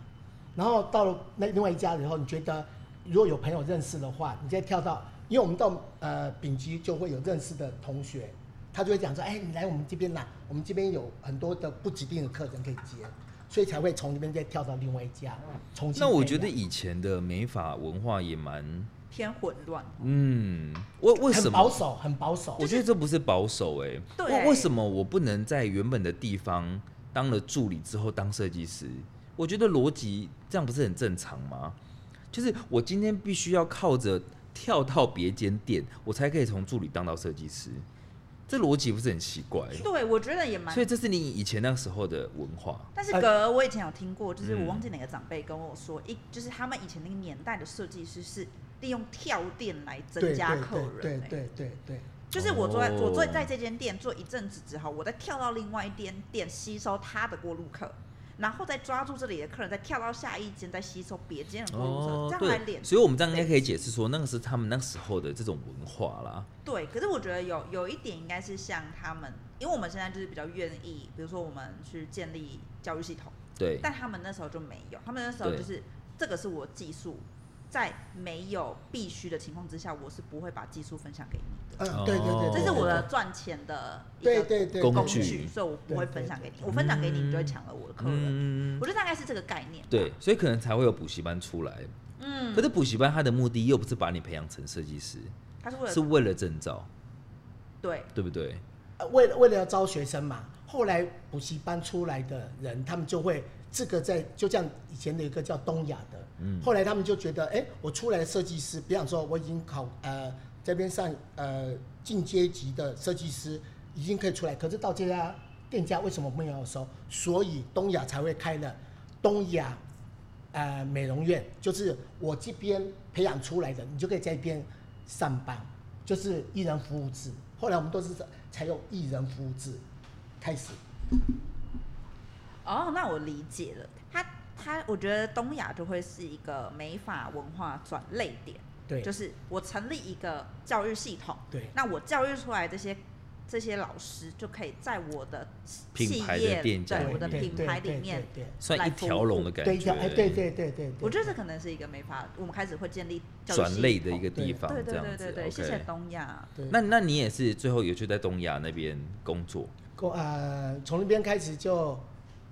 然后到了那另外一家以后，你觉得如果有朋友认识的话，你再跳到，因为我们到呃丙级就会有认识的同学，他就会讲说，哎、你来我们这边啦，我们这边有很多的不指定的客人可以接，所以才会从这边再跳到另外一家，重
嗯
新
那我
培
觉得
养
以前的美法文化也蛮，
偏混乱，
嗯，为为什
很保
么？
守，很保守
我，觉得这不是保守哎、
对
为为什么我不能在原本的地方当了助理之后当设计师？我觉得逻辑这样不是很正常吗？就是我今天必须要靠着跳到别间店，我才可以从助理当到设计师，这逻辑不是很奇怪？
对我觉得也蛮
所以这是你以前那时候的文化。
但是
呃
格，我以前有听过，就是我
嗯
忘记哪个长辈跟我说，一就是他们以前那个年代的设计师是利用跳店来增
对
加
对
客人、欸，
对对对对对，
就是我坐在、我坐
哦
在这间店做一阵子之后，我再跳到另外一间店吸收他的过路客，然后再抓住这里的客人，再跳到下一间再吸收别间的过路客，嗯
哦
这样来
哦对，
连
所以我们这样应该可以解释说，那个是他们那时候的这种文化啦。
对，可是我觉得有有一点应该是像他们，因为我们现在就是比较愿意，比如说我们去建立教育系统。
对，
但他们那时候就没有，他们那时候
对
就是这个是我技术，在没有必须的情况之下，我是不会把技术分享给你的。
嗯，对对对，
哦
这是我
对
的赚钱的一
对
个
对对
工
工
具
具，所以我不会分享给你。我分享给你，你就会抢了我的客人。
嗯
我，觉得大概是这个概念。
对，，所以可能才会有补习班出来。
嗯
可，是补习班它的目的又不是把你培养成设计师，
他是为
是
了
为了证照，
对
对不对？
呃为了为了要招学生嘛，后来补习班出来的人，他们就会这个在就像以前的一个叫东亚的，嗯，后来他们就觉得，哎、我出来的设计师，比方说我已经考呃这边上呃进阶级的设计师已经可以出来，可是到这家店家为什么没有收？所以东亚才会开了东亚呃美容院，就是我这边培养出来的，你就可以在一边上班，就是艺人服务制。后来我们都是采用艺人服务制开始，
哦，那我理解了。他他，我觉得东亚就会是一个美法文化转类点。
对，
就是我成立一个教育系统，
对
那我教育出来这些这些老师就可以在我的企
品牌
业
的店家
对
里
我的
面
品牌里面，
对
算一条龙的感
对对对对对一
觉，
条哎，对对对对，
我觉得这可能是一个没法，我们开始会建立教育
转
系
类的一个
统
地方，
对
这
对
样
对
子
对对，谢谢
OK，
东亚，
对
那那你也是最后有去在东亚那边工作，
工呃，从那边开始就，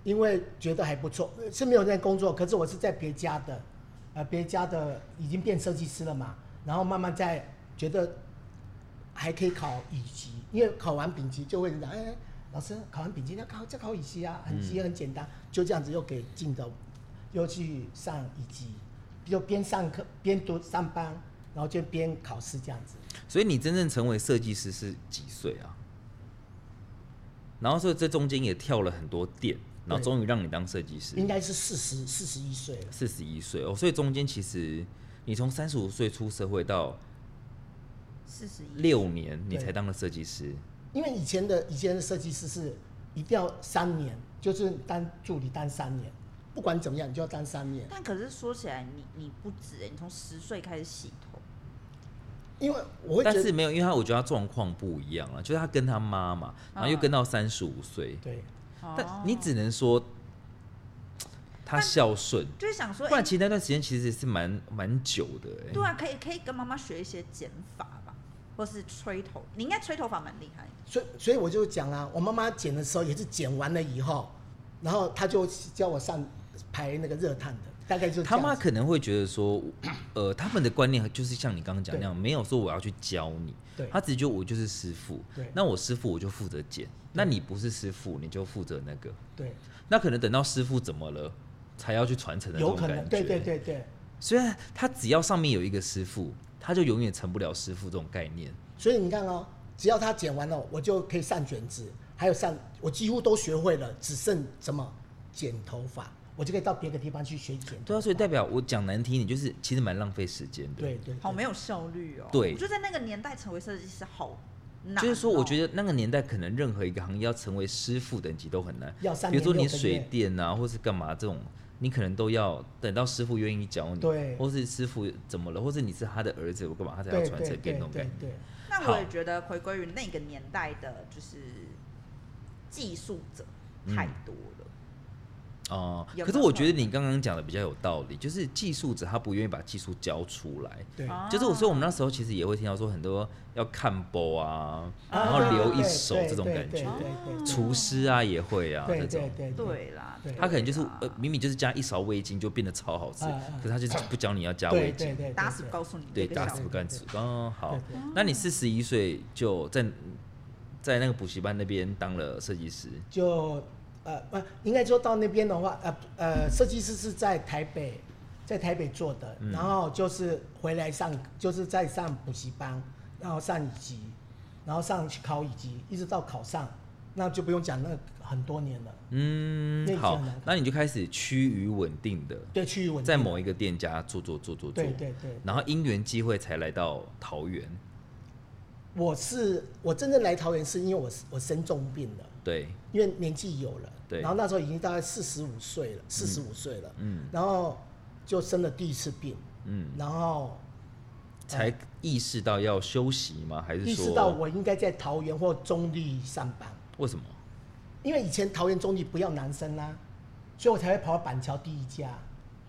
因为觉得还不错，呃是没有在工作，可是我是在别家的，呃，别家的已经变设计师了嘛，然后慢慢在觉得还可以考乙级，因为考完丙级就会人家哎，老师考完丙级要考再考乙级啊，很级很简单，就这样子又给进的，又去上乙级，又边上课边读上班，然后就边考试这样子。
所以你真正成为设计师是几岁啊？然后所以这中间也跳了很多店，然后
对
终于让你当设计师，
应该是四十四十一岁了。
四十一岁哦。所以中间其实你从三十五岁出社会到
四十一
六年，你
对
才当了设计师。
因为以前的以前的设计师是一定要三年，就是当助理当三年，不管怎么样你就要当三年。
但可是说起来你，你不止欸、你从十岁开始洗头，
因为我会
但
觉
是
得，
没有，因为他我觉得他状况不一样啊了，就是他跟他妈
啊
妈，然后又跟到三十五岁，
对，
哦
但你只能说他孝顺，
就是想说，
不然
哎、
其实那段时间其实也是蛮蛮久的、欸，
对啊，可以可以跟妈妈学一些剪法吧，或是吹头，你应该吹头发蛮厉害的。
所以所以我就讲啊，我妈妈剪的时候也是剪完了以后，然后她就叫我上排那个热烫的，大概就是这
他
样
妈
子
可能会觉得 说，呃，他们的观念就是像你刚刚讲那样，没有说我要去教你
对，
他只觉得我就是师傅
对，
那我师傅我就负责剪，那你不是师傅你就负责那个，
对，
那可能等到师傅怎么了，才要去传承的那
有
种
可
感
能，
觉，
对对对对。
虽然他只要上面有一个师傅，他就永远成不了师傅这种概念。
所以你看哦，只要她剪完了，我就可以上卷子，还有上我几乎都学会了，只剩怎么剪头发，我就可以到别的地方去学剪头发。
对啊，所以代表我讲难听一点，就是其实蛮浪费时间的。
对对，
好没有效率哦。
对
我觉得在那个年代成为设计师好难、
就是说，我觉
得
得那个年代可能任何一个行业要成为师傅等级都很难，
要三
比如说你
年六个月
水电啊，或是干嘛这种，你可能都要等到师傅愿意教你，
对
或是师傅怎么了，或是你是他的儿子，我干嘛他才要
对
传承
对
给你那
对
种感
对
觉。
对，
那我也
好
觉得回归于那个年代的，就是技术者太多了。
哦、
有
可是
没有
我
可
觉得
能
你刚刚讲的比较有道理，就是技术者他不愿意把技术教出来，
对
啊
就是我，所以我们那时候其实也会听到说很多要看播啊，
啊
然后留一
对
手
对
这种
对
感
对
觉，
对对对
厨师啊也会啊
对
那
对
种。
对
对啦，
对
他可能就是
对啦
呃，明明就是加一勺味精就变得超好吃，
啊啊
可是他就是不教你要加味
对
精
对，对，
打死不
高
告诉你
对，
这个
打
小
死不
对
干
对
吃。哦，好
对对，
那你四十一岁就在在那个补习班那边当了设计师，
就呃不，应该说到那边的话，呃呃，设计师是在台北，在台北做的，
嗯
然后就是回来上，就是在上补习班，然后上乙级，然后上去考乙级，一直到考上，那就不用讲，那很多年了，那
嗯，
你
好
这样来，
那你就开始趋于稳定的，
对，区域稳定
在某一个店家做做做做做，
对对对
然后因缘机会才来到桃园，
我是我真正来桃园是因为我我生重病了。
对，
因为年纪有了，
对
然后那时候已经大概四十五岁了，四十五岁了，
嗯
然后就生了第一次病，
嗯，
然后
才意识到要休息吗？还是说
意识到我应该在桃园或中立上班，
为什么？
因为以前桃园中立不要男生啦、所以我才会跑到板桥第一家，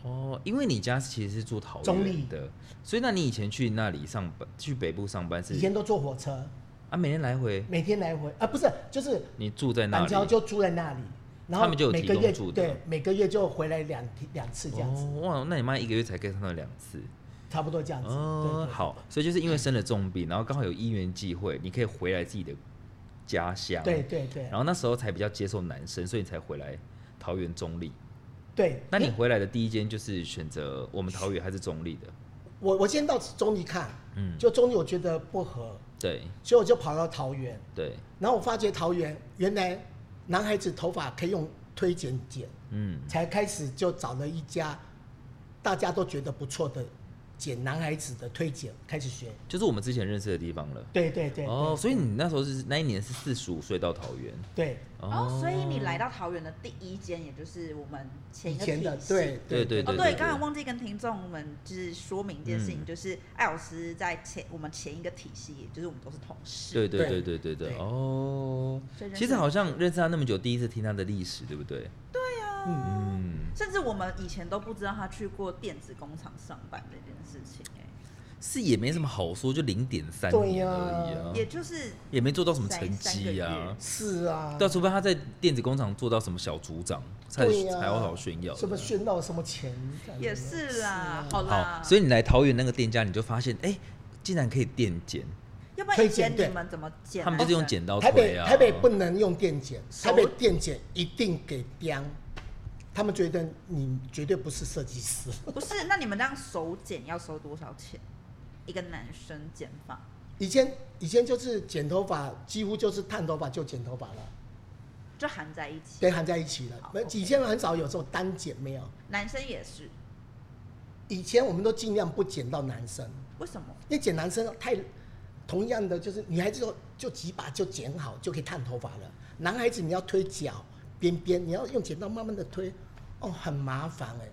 哦，因为你家其实是住桃
中
园
立
的，所以那你以前去那里上班，去北部上班是
以前都坐火车，
啊，每天来回，
每天来回，啊、不是，就是
你住在那
板
里
桥就住在那里，然
他
后
们就有
每
提
个
供
月
住的
对每个月就回来两天两次这样子，
哦，哇，那你妈一个月才可以看到两次，
差不多这样子，对
哦，
对
好，所以就是因为生了重病，然后刚好有因缘际会，你可以回来自己的家乡，
对对对
然后那时候才比较接受男生，所以你才回来桃园中立。
对，
那你回来的第一间就是选择我们桃园还是中立的？
我我先到中立看，
嗯
就中立我觉得不合，
对
所以我就跑到桃园，
对，
然后我发觉桃园原来男孩子头发可以用推剪剪，
嗯，
才开始就找了一家大家都觉得不错的剪男孩子的推剪开始学，
就是我们之前认识的地方了。
对对对，
哦，所以你那时候是那一年是四十五岁到桃园。
对
哦，所以你来到桃园的第一间，也就是我们前
以
一个
前的
体系
对
对对
哦，
对
对，刚才忘记跟听众们就是说明一件事情，
嗯
就是艾老师在前我们前一个体系，就是我们都是同事，
对对对
对
对对对
对
哦
所以，认识
其实好像认识他那么久，第一次听他的历史，对不对？
啊
嗯，
甚至我们以前都不知道他去过电子工厂上班这件事情、哎、
是也没什么好说，就零点三
对
年
呀
而已啊，
也就是
也没做到什么成
三三个
绩
月
啊。
是啊，
到除非他在电子工厂做到什么小组长，才
对呀
才好好炫耀的。
什么炫到什么钱，
哎也是啦，
是啊
好啦，
好，所
以
以你来桃园那个店家，你就发现，哎、竟然可以电剪，
要不们
可以
以前
剪对
你们怎么剪啊？
他们就是用剪刀
台北
推啊。
台北不能用电剪，
手
台北电剪一定给刁。他们觉得你绝对不是设计师，
不是，那你们这样手剪要收多少钱？一个男生剪发，
以前以前就是剪头发，几乎就是烫头发就剪头发了，
就含在一起。
对，含在一起了
好。
没
OK
以前很少有这种单剪，没有。
男生也是，
以前我们都尽量不剪到男生，
为什么？
因为剪男生太同样的就是女孩子就就几把就剪好就可以烫头发了，男孩子你要推脚边边，你要用剪刀慢慢的推，哦，很麻烦哎、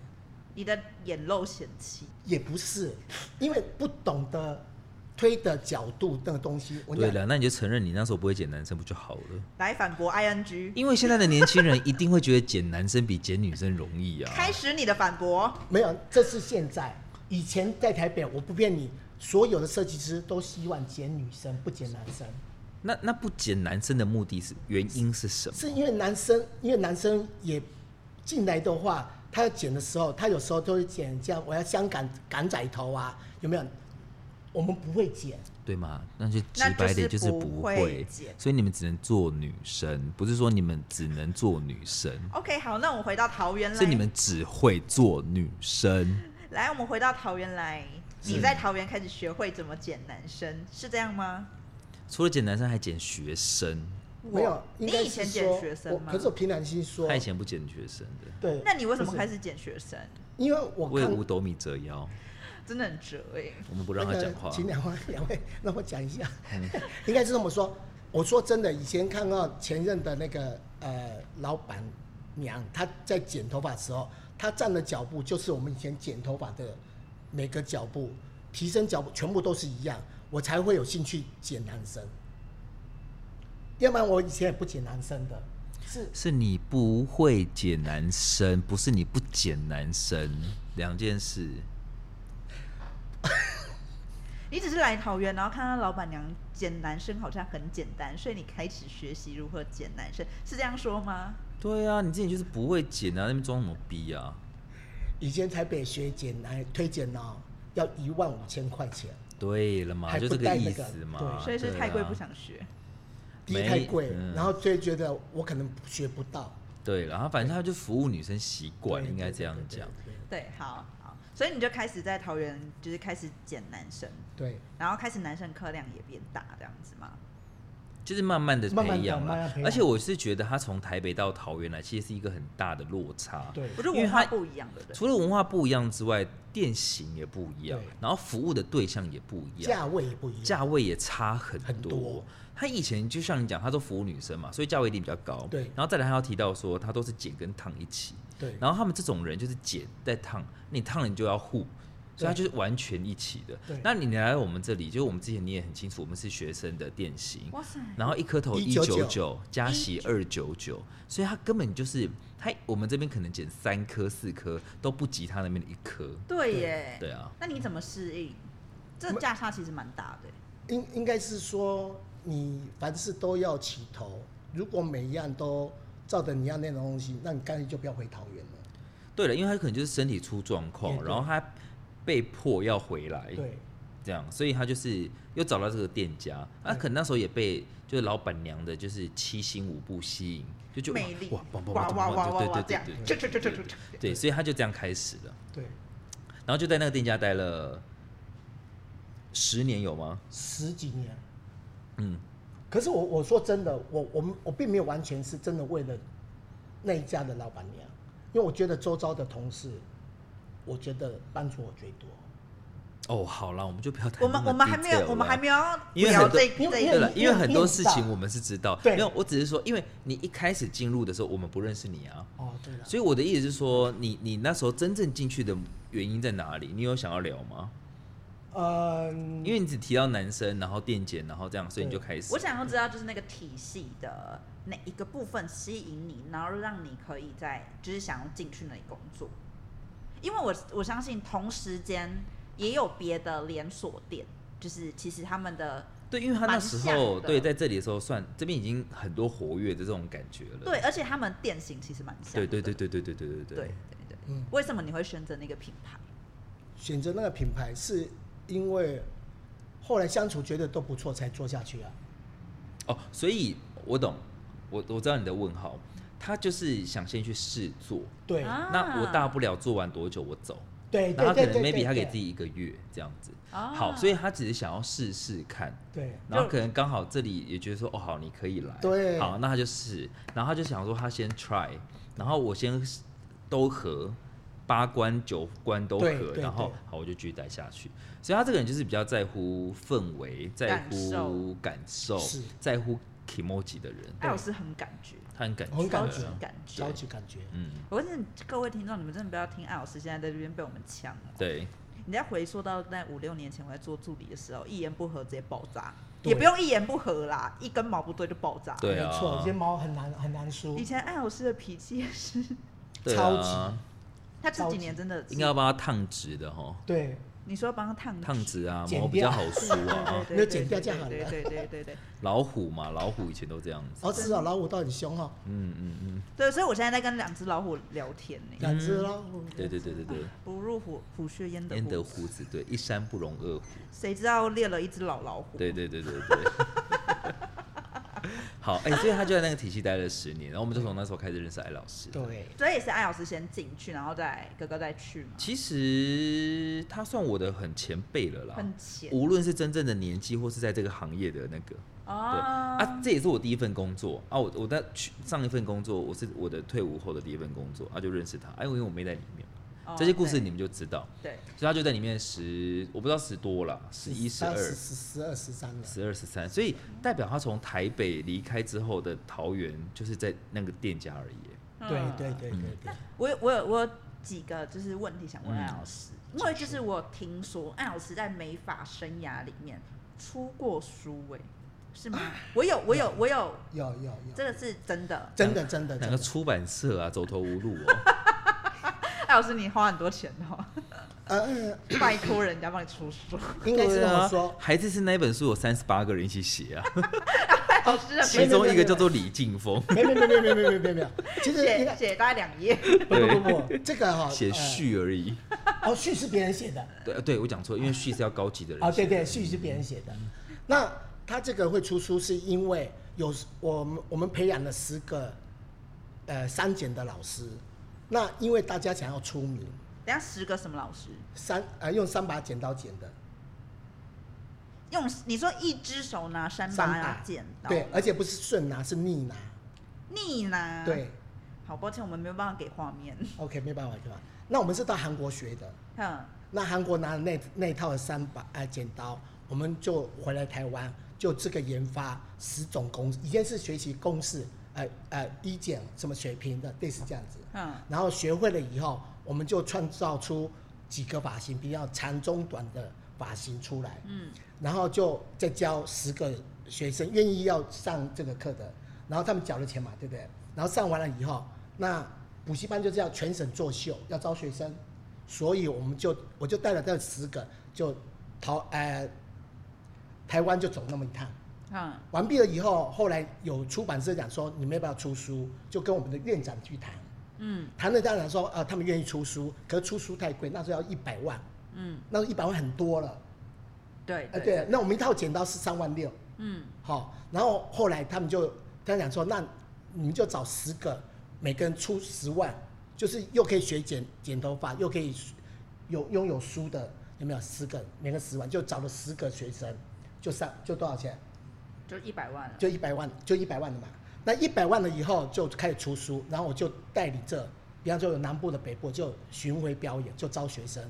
你的眼露嫌弃，
也不是，因为不懂得推的角度那个东西，我
对
讲
了，那你就承认你那时候不会剪男生不就好 了？
来反驳 ing，、
因为现在的年轻人一定会觉得剪男生比剪女生容易啊。
开始你的反驳。
没有，这是现在。以前在台北，我不骗你，所有的设计师都希望剪女生，不剪男生，
那那不剪男生的目的是原因是什么？
是因为男生，因为男生也进来的话，他要剪的时候，他有时候都会剪这样，我要香港港仔头啊，有没有？我们不会剪，
对吗？那就直
那
白
就是
点，就是
不
不
会
会
剪，
所以你们只能做女生，不是说你们只能做女生，
OK，好，那我们回到桃园来。
是你们只会做女生。
来，我们回到桃园来。
是
你在桃园开始学会怎么剪男生，是这样吗？
除了剪男生，还剪学生。
没有
我。
应
你
该
以
是
前剪
说
学
我
生吗
可？是我凭良心说
他，以前不剪学生的，
对。
那你为什么
不是
开始剪学生？
因为我
为
看
五斗米折腰，
真的很折哎、
我们不让他讲话
那个。请两位两位让我讲一下， 应该是这么说。我说真的，以前看到前任的那个呃老板娘，她在剪头发的时候，她站的脚步就是我们以前剪头发的每个脚步，提升脚步全部都是一样，我才会有兴趣剪男生。要不然我以前也不剪男生的，是
是你不会剪男生，不是你不剪男生，两件事。
你只是来桃园，然后看到老板娘剪男生好像很简单，所以你开始学习如何剪男生，是这样说吗？
对啊，你之前就是不会剪啊，那边装什么逼啊？
以前台北学剪来推剪哦，要一万五千块钱，
对了嘛，
还
就
不
这
带
个
那
意
个
思嘛。
对
对啊
所以是太贵不想学。
第一
没
太贵，
嗯
然后就会觉得我可能学不到。
对，然后反正他就服务女生习惯，
对
应该
对
这样
对对
讲。
对，
啊
好好，所以你就开始在桃园就是开始剪男生，
对，
然后开始男生课量也变大，这样子吗？
就是慢慢的
慢慢
培
地
养
慢慢
啦
地培，养
而且我是觉得他从台北到桃园来，其实是一个很大的落差。
对
我觉
因
得
为
文化
他
不一样的人，
除了文化不一样之外，店型也不一样
对，
然后服务的对象也不一样，
价位也不一样。
价位也差很多。
很多
他以前就像你讲，他都服务女生嘛，所以价位一定比较高。
对
然后再来他要提到说，他都是剪跟烫一起，
对，
然后他们这种人就是剪再烫，你烫了你就要护，所以他就
对
是完全一起的
对。
那你来到我们这里，就是我们之前你也很清楚，我们是学生的店型，
哇塞，
然后一颗头一九
199
九加洗二九九，所以他根本就是他我们这边可能剪三颗四颗都不及他那边的一颗。
对耶，
对啊，
那你怎么适应？这价差其实蛮大的耶。
应应该是说你凡事都要起头，如果每一样都照着你要那种东西，那你干脆就不要回桃园了。
对了，因为他可能就是身体出状
也
况，
对
然后他被迫要回来，
对，
这样，所以他就是又找到这个店家，他、
对
可能那时候也被就是老板娘的就是七星舞步吸引，就就
魅力，
哇棒棒
哇
棒
哇
棒
哇
棒
哇哇，
对
这
对
样
对，对
就就就就就就，
对，对，所以他就这样开始了，
对，
然后就在那个店家待了十年有吗？
十几年。
嗯，
可是我我说真的，我我们我并没有完全是真的为了那一家的老板娘，因为我觉得周遭的同事，我觉得帮助我最多。
哦，好了，我们就不要谈
我
那
们
么
我们还没
detail
有
了
我们还没有要
因为
聊
很多
这这
因为
对
一
了，
你
因为
你
很
你
多
很
事
大
情我们是知道，
对
没有，我只是说，因为你一开始进入的时候，我们不认识你啊，
哦，对了，
所以我的意思是说，你你那时候真正进去的原因在哪里？你有想要聊吗？
嗯，
因为你只提到男生，然后电剪，然后这样，所以你就
对
开始。
我想要知道就是那个体系的哪一个部分吸引你，然后让你可以在就是想要进去那里工作，因为我我相信同时间也有别的连锁店，就是其实他们的
对，因为他那
蛮
时
像
候
的
对在这里的时候算，这边已经很多活跃的这种感觉了。
对，而且他们店型其实蛮像的，
对对对对对对对对对
对对
对。
对
嗯
为什么你会选择那个品牌？
选择那个品牌是因为后来相处觉得都不错，才做下去啊。
哦，所以我懂，我我知道你的问号，他就是想先去试做，
对、
啊哎
那我大不了做完多久我走，
对
然后他
对对
可
对
能
对
maybe 他给
对
自己一个月这样子，
啊
好，所以他只是想要试试看，
对
然后
就
可能刚好这里也觉得说，哦，好，你可以来，
对
好，那他就试，然后他就想说他先 try，然后我先都合，八关九关都
对
合，
对
然后
对
好，我就继续待下去。所以他这个人就是比较在乎氛围，在乎感受
是，
在乎 emoji 的人，
艾老师很感觉，
他很感觉，
很
超
感
级
觉
感觉
着。急感觉。
嗯，
我真的各位听众，你们真的不要听艾老师现在在这边被我们呛哦。
对，
你再回溯到那五六年前我在做助理的时候，一言不合直接爆炸，
对
也不用一言不合啦，一根毛不对就爆炸。
对啊
没错，有些猫很难很难输
以。前艾老师的脾气也 是，
对
超
啊
级，
他这
超
几
级
年真的是
应该要帮他烫直的哈，
对，
你说帮他烫
烫直啊，
剪
毛比较
掉
好梳 啊，
对对对对
没有剪掉
对
这样好
对
了
对对对对对。
老虎嘛，老虎以前都这样子，
哦，是哦，老虎都很凶哦，
嗯嗯嗯，
对，所以我现在在跟两只老虎聊天呢。
两只老虎。
对对对对对。
不入虎虎穴焉得
焉得
虎，
虎子，对，一山不容二虎，
谁知道猎了一只老老虎？
对对对对对。 好，哎、所以他就在那个体系待了十年，然后我们就从那时候开始认识艾老师。，
对，
所以也是艾老师先进去，然后再哥哥再去嘛，
其实他算我的很前辈了啦，
很浅
无论是真正的年纪，或是在这个行业的那个，对
啊
啊，这也是我第一份工作啊。我我在去上一份工作，我是我的退伍后的第一份工作，啊，就认识他，哎、因为我妹在里面，
哦
这些故事
对
你们就知道，
对
所以他就在里面十，我不知道十多了，十一、十
十
二、
十十二十三了。
十二十三，所以代表他从台北离开之后的桃园，就是在那个店家而已耶。
对对。对
嗯
对对，
我有我有我有几个就是问题想问
嗯
艾老师，因为就是我听说艾老师在美发生涯里面出过书哎、是吗？ 我有我有我有，
有有有，
这个是真的。
真的真的
哪
真
个
的。
出版社啊，走投无路哦。
艾老师你花很多钱哦，
呃呃，
拜托人家帮你出书，
应该是这
对
么
啊
说，，
还是是那一本书有三十八个人一起写 啊，
艾老师的
其中一个叫做李劲峰，
没没没没没没没没没有，其实应
写
该
写大概两页，
不不不不，这个哈
写
呃
序而已。
哦，序是别人写的，
对呃对，我讲错，因为序是要高级的人
哦，
写
对
的。
对，序是别人写的。那他这个会出书，是因为有我们我们培养了十个呃删减的老师，那因为大家想要出名，
等一下十个什么老师
三呃用三把剪刀剪的，
用你说一只手拿三
三
把
把
剪刀，
对，而且不是顺拿是逆拿，
逆拿，
对，
好抱歉，我们没有办法给画面，
，OK 没办法对吧？那我们是到韩国学的，
哼，
那韩国拿了那那一套的三把呃剪刀，我们就回来台湾，就这个研发十种公，以前是学习公式，呃呃一减什么水平的，类似这样子。
嗯
然后学会了以后，我们就创造出几个发型比较长、中、短的发型出来。
嗯，
然后就再教十个学生愿意要上这个课的，然后他们缴了钱嘛，对不对？然后上完了以后，那补习班就是要全省作秀，要招学生，所以我们就我就带了这十个，就逃呃台湾就走那么一趟。
哼，
完毕了以后，后来有出版社讲说，你们要不要出书？就跟我们的院长去谈，
嗯
谈了当然说，呃，他们愿意出书，可是出书太贵，那时候要一百万，
嗯，
那一百万很多了，
对
呃，，对，那我们一套剪刀是三万六，
嗯
好、然后后来他们就跟他讲说，那你们就找十个，每个人出十万，就是又可以学剪剪头发，又可以有拥有书的，有没有？十个，每个十万，就找了十个学生，就上就多少钱？
就一百万了，
就一百万，就一百万的嘛。那一百万了以后就开始出书，然后我就带领这，比方说有南部的、北部就巡回表演，就招学生，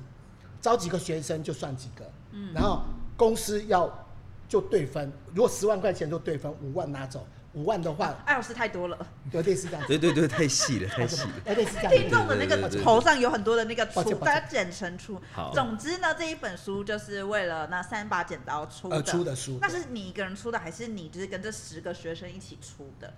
招几个学生就算几个，嗯，然后公司要就对分，如果十万块钱就对分，五万拿走，五万的话
艾老啊师太多了。
有类似这样子，
对对对，太细了，太细了。
有类似 哦这样
听
子，
众的那个
对对对
头上有很多的那个
抱
出，
歉抱歉
大家简称出
好。
总之呢，这一本书就是为了那三把剪刀出的。
呃出的书
那是你一个人出的，还是你就是跟这十个学生一起出的？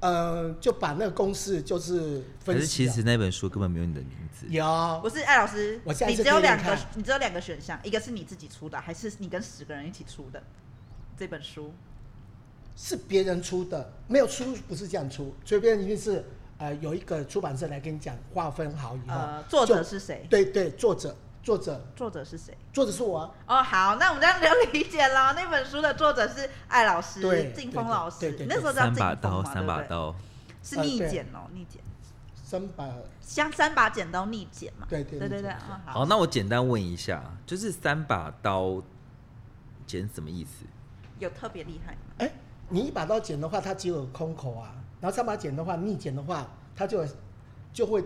呃，就把那个公式就是
可
分
是
析
其
了
实那本书根本没有你的名字，
有
不是，艾老师，
我下一
你
次
只有
可以
两个
看，
你只有两个选项，一个是你自己出的，还是你跟十个人一起出的这本书？
是别人出的，没有出不是这样出，所以别人一定是呃有一个出版社来跟你讲划分好以后，
呃，作者
就是
谁？
对对，作者作者
作者是谁？
作者是我、啊，
哦，好，那我们这样就理解了。那本书的作者是艾老师
对、
劲风老师
对，对对
那时候叫
三
劲
把刀，
风嘛，对
三
不
把
对？
刀，
是
呃
逆
对
剪哦，逆剪，
三把
像三把剪刀逆剪嘛。
对对
对
逆
对
剪
对，
对
啊
好，那我简单问一下，就是三把刀剪什么意思？
有特别厉害吗？
哎、你一把刀剪的话，它只有空口啊；然后三把剪的话，逆剪的话，它就就会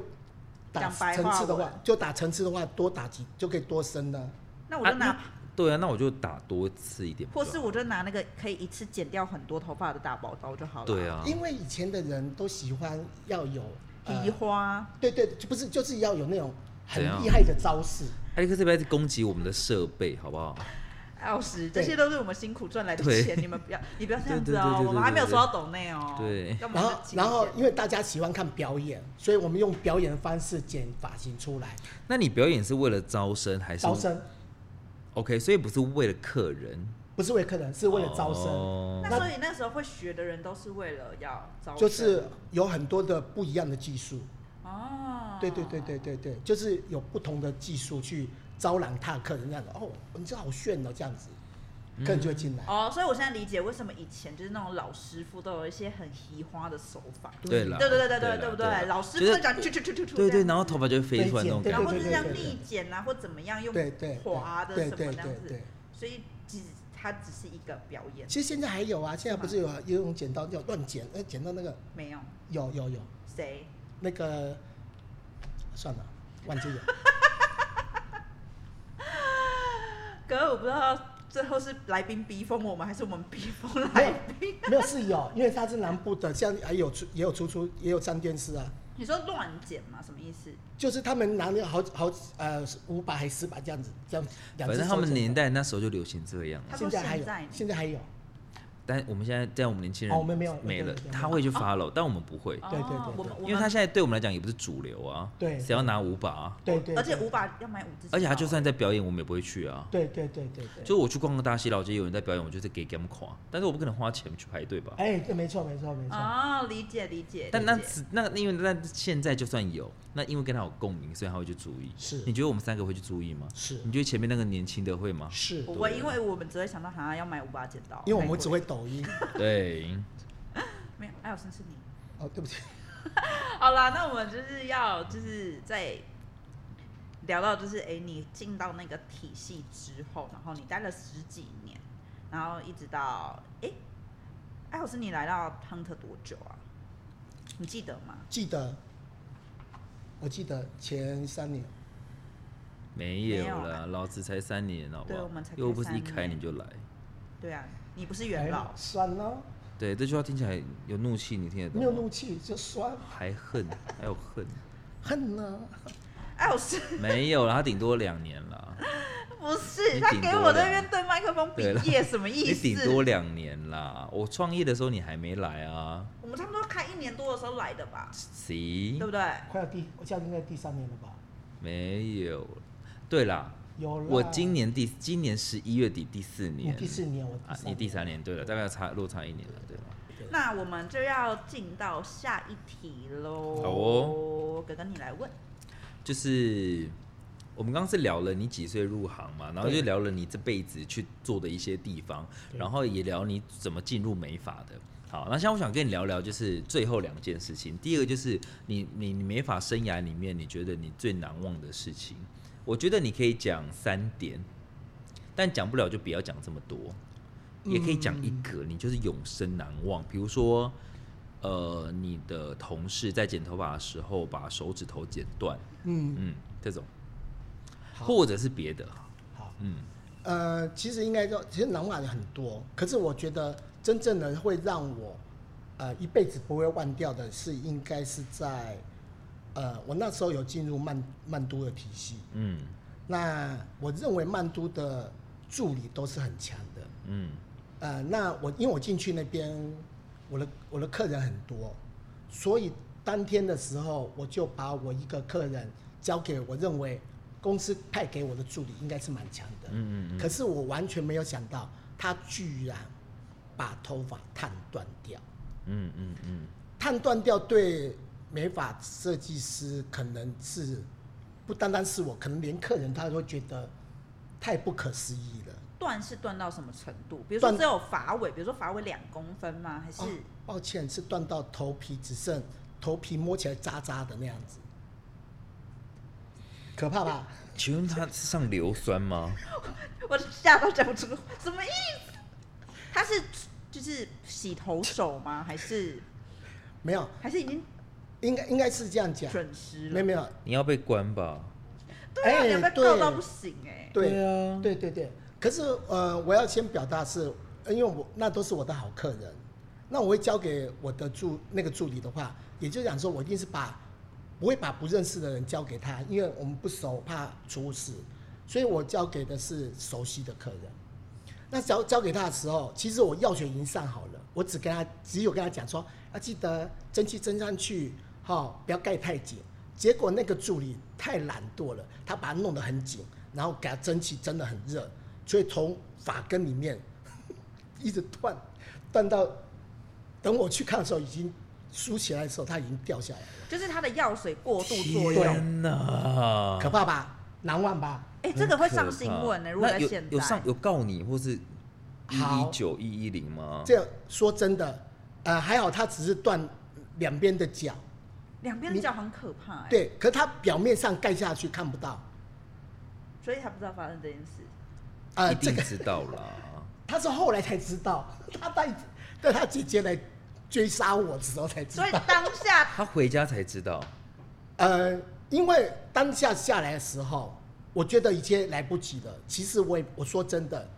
打
讲白
层次的
话
话
文，
就打层次的话，多打几就可以多深呢、
那我就拿，
对啊啊，那我就打多次一点不
或
就是好，
我就拿那个可以一次剪掉很多头发的大宝刀就好了。
对，啊，
因为以前的人都喜欢要有呃
梨花
对对，就不是就是要有那种很
怎样
厉害的招式。
艾利克这边在攻击我们的设备，好不好？
艾老师，这
呃对
些都是我们辛苦赚来的
对
钱，你们不要，你不要这样
对对
子哦
对对，对
我们还没有收
对对
到抖内哦。
对
要不
然后
就请
然后
剪
因为大家喜欢看表演，所以我们用表演的方式剪发型出来，
那你表演是为了招生还是
招生
OK，所以不是为了客人，
不是为客人，是为了招生。
哦
那所以那时候会学的人都是为了要招生，
就是有很多的不一样的技术，
哦，
对对对对对对，就是有不同的技术去招揽他客人，这样子哦，你这好炫哦，这样子，
嗯
客人就会进来。
哦，所以我现在理解为什么以前就是那种老师傅都有一些很移花的手法，
对了，
啊
对对对对
啦
对不
啦
对？老师
就
傅
是
会讲去去去去去，
对
这
对，
样
然后头发就会飞出来那种
对
感
然
觉
后。或
对
者
对
像
对对
逆剪啊，或怎么样用
对对
滑的
对
什么
对
那样
对
子
对，
所以只它只是一个表演，
其实现在还有啊，现在不是有有一种剪刀叫乱剪，呃，剪到那个
没有
有有有
谁
那个，算了，忘记了。
可是我不知道最后是来宾逼疯我们，还是我们逼疯
没
来
有
宾？
没有是有，因为他是南部的，像还有出也有出出也有上电视啊，
你说乱剪嘛？什么意思？
就是他们拿那个好好呃五把还十把这样子这样，两
反
只
正他
手
们
剪
年
的
代那时候就流行这样
他
了，
说
现在还有
现在呢
现在还有，
但我们现在在我们年轻人
哦我们没有哦
没了
对对，对
他会去 follow，但我们不会，
哦
对对对
我们我
因为他
们，
现在对我们来讲也不是主流啊，
对
谁要拿五把啊？
对对，
而且
对啊
五把要买五支，
而且他就算在表演，我们也不会去啊。
对对对对对，
就我去逛个大西老街，有人在表演，我就是给 game 垮，但是我不可能花钱去排队吧？
哎，对，没错没错没错，
哦，理解理解。
但那
理解
只那因为那现在就算有，那因为跟他有共鸣，所以他会去注意。
是
你觉得我们三个会去注意吗？
是
你觉得前面那个年轻的会吗？
是，
不会，因为我们只会想到哈要买五把剪刀，
因为我们只
太贵
会抖音，
对，
没有，还有森是你。
哦，对不起，
好啦，那我们就是要就是在聊到就是哎、诶你进到那个体系之后，然后你待了十几年，然后一直到哎，艾老师你来到亨特多久啊？你记得吗？
记得，我记得前三年，
没
没
有
有
啦，
啦
老子才三年，好不
对
好
我们才？开
又不是一
三年
开你就来。
对啊，你不是元老
哎，酸了，
对，这句话听起来有怒气，你听得懂
没
吗？
有怒气就酸，
还恨，还有恨，
恨呢，
艾老师
没有啦，他顶多两年 啦，
不是
你
他
顶
给
多
我那
两
边对麦克风比
对了
耶，什么意
你
思？
顶多两年啦。我创业的时候你还没来啊
我们差不多开一年多的时候来的吧，
行，
对不对？
快要第，我现在应该第三年了吧？
没有，对啦，
有啦，
我今年第今年十一月底第四
你
年，
第四年，我
啊，你第三年，对了，大概差落差一年了，对了。
那我们就要进到下一题喽。
好哦，
哥哥你来问。
就是我们刚刚是聊了你几岁入行嘛，然后就
对
聊了你这辈子去做的一些地方，
对
然后也聊你怎么进入美发的。好，那现在我想跟你聊聊，就是最后两件事情。第一个就是你你你美发生涯里面，你觉得你最难忘的事情，我觉得你可以讲三点，但讲不了就不要讲这么多，也可以讲一个，
嗯
你就是永生难忘。比如说，呃，你的同事在剪头发的时候把手指头剪断，
嗯，
嗯，这种，
好
或者是别的，
好，
嗯，
呃，其实应该说，其实难忘的很多，可是我觉得真正的会让我呃一辈子不会忘掉的是，应该是在呃我那时候有进入曼曼都的体系，
嗯
那我认为曼都的助理都是很强的，
嗯
呃，那我因为我进去那边，我的我的客人很多，所以当天的时候，我就把我一个客人交给我认为公司派给我的助理应该是蛮强的，
嗯嗯
可是我完全没有想到，他居然把头发烫断掉。
嗯嗯嗯，
烫断掉对美发设计师可能是不单单是我，可能连客人他都会觉得太不可思议了。
断是断到什么程度？比如说
断
只有发尾，比如说发尾两公分吗？还是、
哦抱歉，是断到头皮只剩头皮摸起来渣渣的那样子，可怕吧？
请问他是上硫酸吗？
我吓到讲不出什么意思？他是就是洗头手吗？还是
没有，
还是已经
应该应该是这样讲，
准时了？
没有没有，
你要被关吧？
对啊，
哎
你有没有告
对
到不行哎、
对
啊，
对对对，可是呃，我要先表达是，呃因为我那都是我的好客人，那我会交给我的助那个助理的话，也就是讲说，我一定是把不会把不认识的人交给他，因为我们不熟，怕出事，所以我交给的是熟悉的客人。那交交给他的时候，其实我药水已经上好了，我只跟他只有跟他讲说，啊，记得蒸汽蒸上去，哈、不要盖太紧。结果那个助理太懒惰了，他把它弄得很紧，然后给他蒸汽蒸得很热，所以从发根里面 一直断，断到等我去看的时候，已经梳起来的时候，它已经掉下来了，
就是他的药水过度作用。
天哪！
可怕吧？难忘吧？
哎、这个会上新闻呢、
很可怕
如果在
那有
现在
有上有告你或是一一
好
九一一零吗？
这样说真的，呃，还好它只是断两边的角，
两边的脚很可怕、哎，，
对，可它表面上盖下去看不到，
所以他不知道发生这件事。
呃，
一
这
定
个
知道啦。
他是后来才知道， 他带带他姐姐来追杀我的时候才知
所以
道。
当下
他回家才知道，
呃，因为当下下来的时候，我觉得已经来不及了。其实我也我说真的，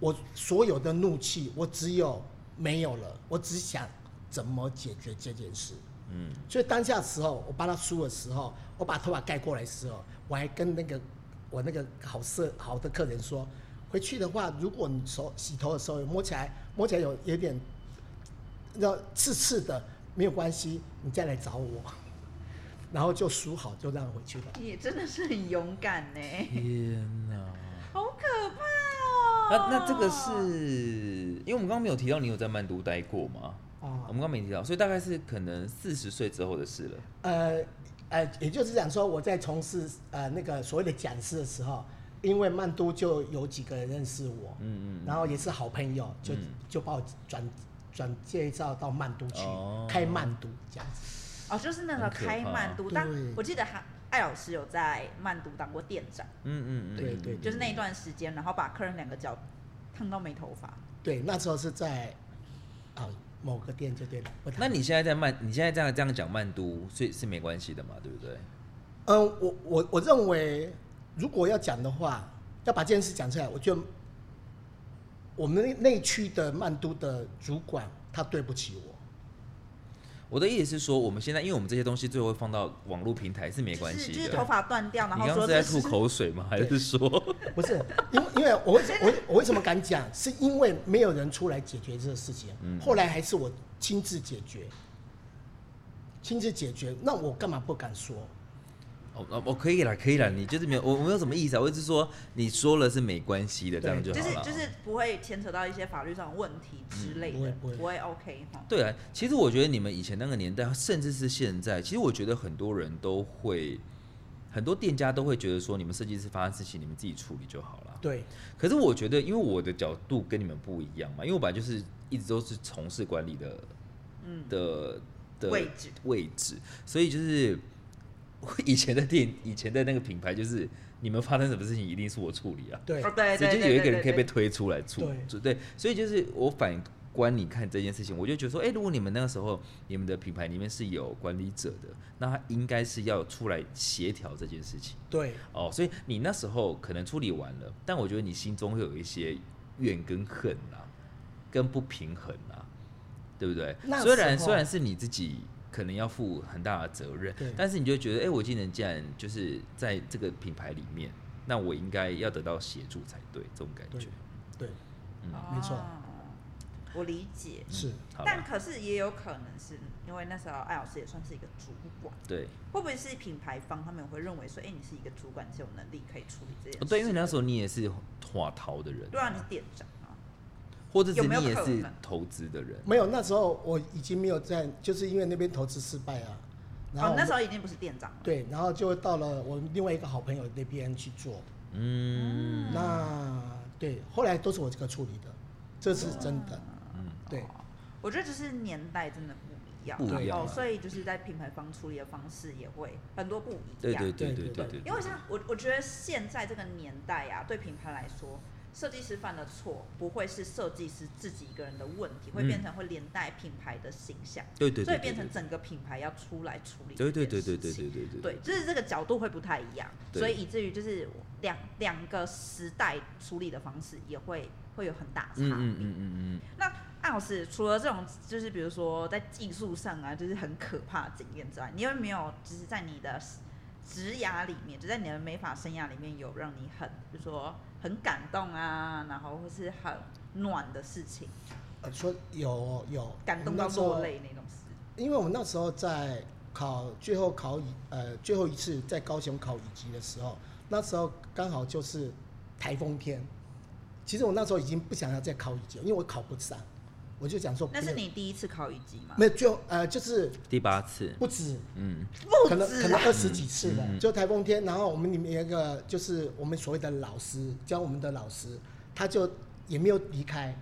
我所有的怒气，我只有没有了，我只想怎么解决这件事。
嗯，
所以当下的时候，我帮他梳的时候，我把头发盖过来的时候，我还跟那个我那个好色好的客人说，回去的话，如果你手洗头的时候有摸起来摸起来有有点要刺刺的，没有关系，你再来找我， 然后就梳好就让他回去了。
也真的是很勇敢 呢、
天哪！
好可怕哦、
那那这个是因为我们刚刚没有提到你有在曼都待过吗？
哦
我们刚刚没提到，所以大概是可能四十岁之后的事了。
呃呃，也就是讲说，我在从事呃那个所谓的讲师的时候，因为曼都就有几个人认识我，
嗯嗯嗯
然后也是好朋友，就、
嗯
就把我转转介绍到曼都去、
哦
开曼都这样子。
哦，就是那时候
很可
开
怕
曼都，当
对
我记得还艾老师有在曼都当过店长，
嗯嗯嗯，
对
嗯
对
就是那一段时间，然后把客人两个脚烫到没头发。
对，那时候是在啊、某个店就对了。不
那
谈
你现在在曼，你现在这样这样讲曼都，所以是没关系的嘛，对不对？
嗯、我我我认为如果要讲的话，要把这件事讲出来，我觉得我们那那区的曼都的主管他对不起我。
我的意思是说，我们现在因为我们这些东西最后会放到网络平台是没关
就是
系
就是
的
头。发断掉，然
你
后
刚刚
说
是在
这是
吐口水吗？还是说
不是，因为因为我为我我为什么敢讲，是因为没有人出来解决这个事情，
嗯
后来还是我亲自解决，亲自解决，那我干嘛不敢说？
哦哦哦，可以啦，可以啦，你就是没有我我没有什么意思啊，我只是说你说了是没关系的，这样就好
就
了
是
啊。
就是不会牵扯到一些法律上的问题之类的，
嗯不会不会
OK 哈。
对啊，其实我觉得你们以前那个年代，甚至是现在，其实我觉得很多人都会，很多店家都会觉得说，你们设计师发生事情，你们自己处理就好了。
对，
可是我觉得，因为我的角度跟你们不一样嘛，因为我本来就是一直都是从事管理的，
嗯
的的
位置
位置，所以就是我以前的店，以前的那个品牌，就是你们发生什么事情，一定是我处理啊。
对
哦，对
直
对
接
对
有一
对
个人可以
对
被推出来处
对
就对，所以就是我反观你看这件事情，我就觉得说，哎、如果你们那个时候你们的品牌里面是有管理者的，那他应该是要出来协调这件事情
对，
哦。所以你那时候可能处理完了，但我觉得你心中会有一些怨跟恨啊，跟不平衡啊，对不对
那？时
虽然
候
虽然是你自己。可能要负很大的责任
对，
但是你就觉得，哎、我今年既然就是在这个品牌里面，那我应该要得到协助才对，这种感觉
对。对，
嗯
哦
没错
我理解。
是
好
但
吧，
可是也有可能是因为那时候艾老师也算是一个主管，
对，
会不会是品牌方他们也会认为说，哎、你是一个主管，是有能力可以处理这件事
哦
的？
对，因为那时候你也是华淘的人，
对啊，你是店长啊，
或者是
有没有
你也
可
是
能
投资的人，
没有那时候我已经没有在，就是因为那边投资失败啊，然
哦
后我，
那
们
时候已经不是店长了。
对，然后就到了我另外一个好朋友那边去做。
嗯，
那对，后来都是我这个处理的，这是真
哦
的。
嗯
对，
我觉得只是年代真的不一样，
不
一样
然后
啊
所以就是在品牌方处理的方式也会很多不一样。
对对对对
对
对对，
对
因为像我，我觉得现在这个年代啊，对品牌来说，设计师犯的错不会是设计师自己一个人的问题，会
嗯
变成会连带品牌的形象，
对对对，
所以
对
变成
对
整个品牌要出来处理。
对对对对对对。对对
对，就是这个角度会不太一样，
对
所以以至于就是两两个时代处理的方式也会会有很大差别。
嗯嗯嗯嗯嗯，
那艾老师除了这种，就是比如说在技术上啊，就是很可怕的经验之外，你有没有就是在你的职涯里面，就在你的美发生涯里面，有让你很，比如说很感动啊，然后或是很暖的事情，
呃说有有
感动
我们
到
那时候
落泪那种事？
因为我们那时候在考最后考乙呃最后一次在高雄考乙级的时候，那时候刚好就是台风天。其实我那时候已经不想要再考乙级了，因为我考不上，我就想说
那
不
是
能
你第一次考乙级吗？
没有就呃就是
第八次，
不止，
嗯，
不
可能可
止
能
啊，
二十几次了
嗯嗯，嗯
就台风天，然后我们里面有一个就是我们所谓的老师教我们的老师，他就也没有离开，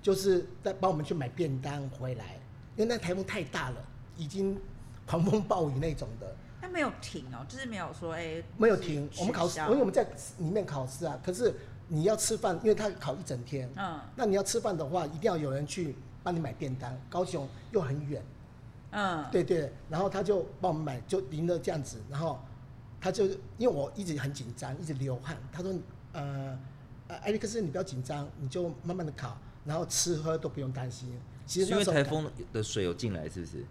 就是在帮我们去买便当回来，因为那台风太大了，已经狂风暴雨那种的，
那没有停哦，就是没有说哎、
没有停。
就是
我们考
取
试，
消
因为我们在里面考试啊，可是你要吃饭，因为他考一整天，
嗯
那你要吃饭的话，一定要有人去帮你买便当。高雄又很远，
嗯，
对对，然后他就帮我们买，就淋了这样子，然后他就因为我一直很紧张，一直流汗，他说呃呃艾利克斯你不要紧张，你就慢慢的考，然后吃喝都不用担心。其
是
实
因
那
为
时候
台
感
风的水有进来，是不是？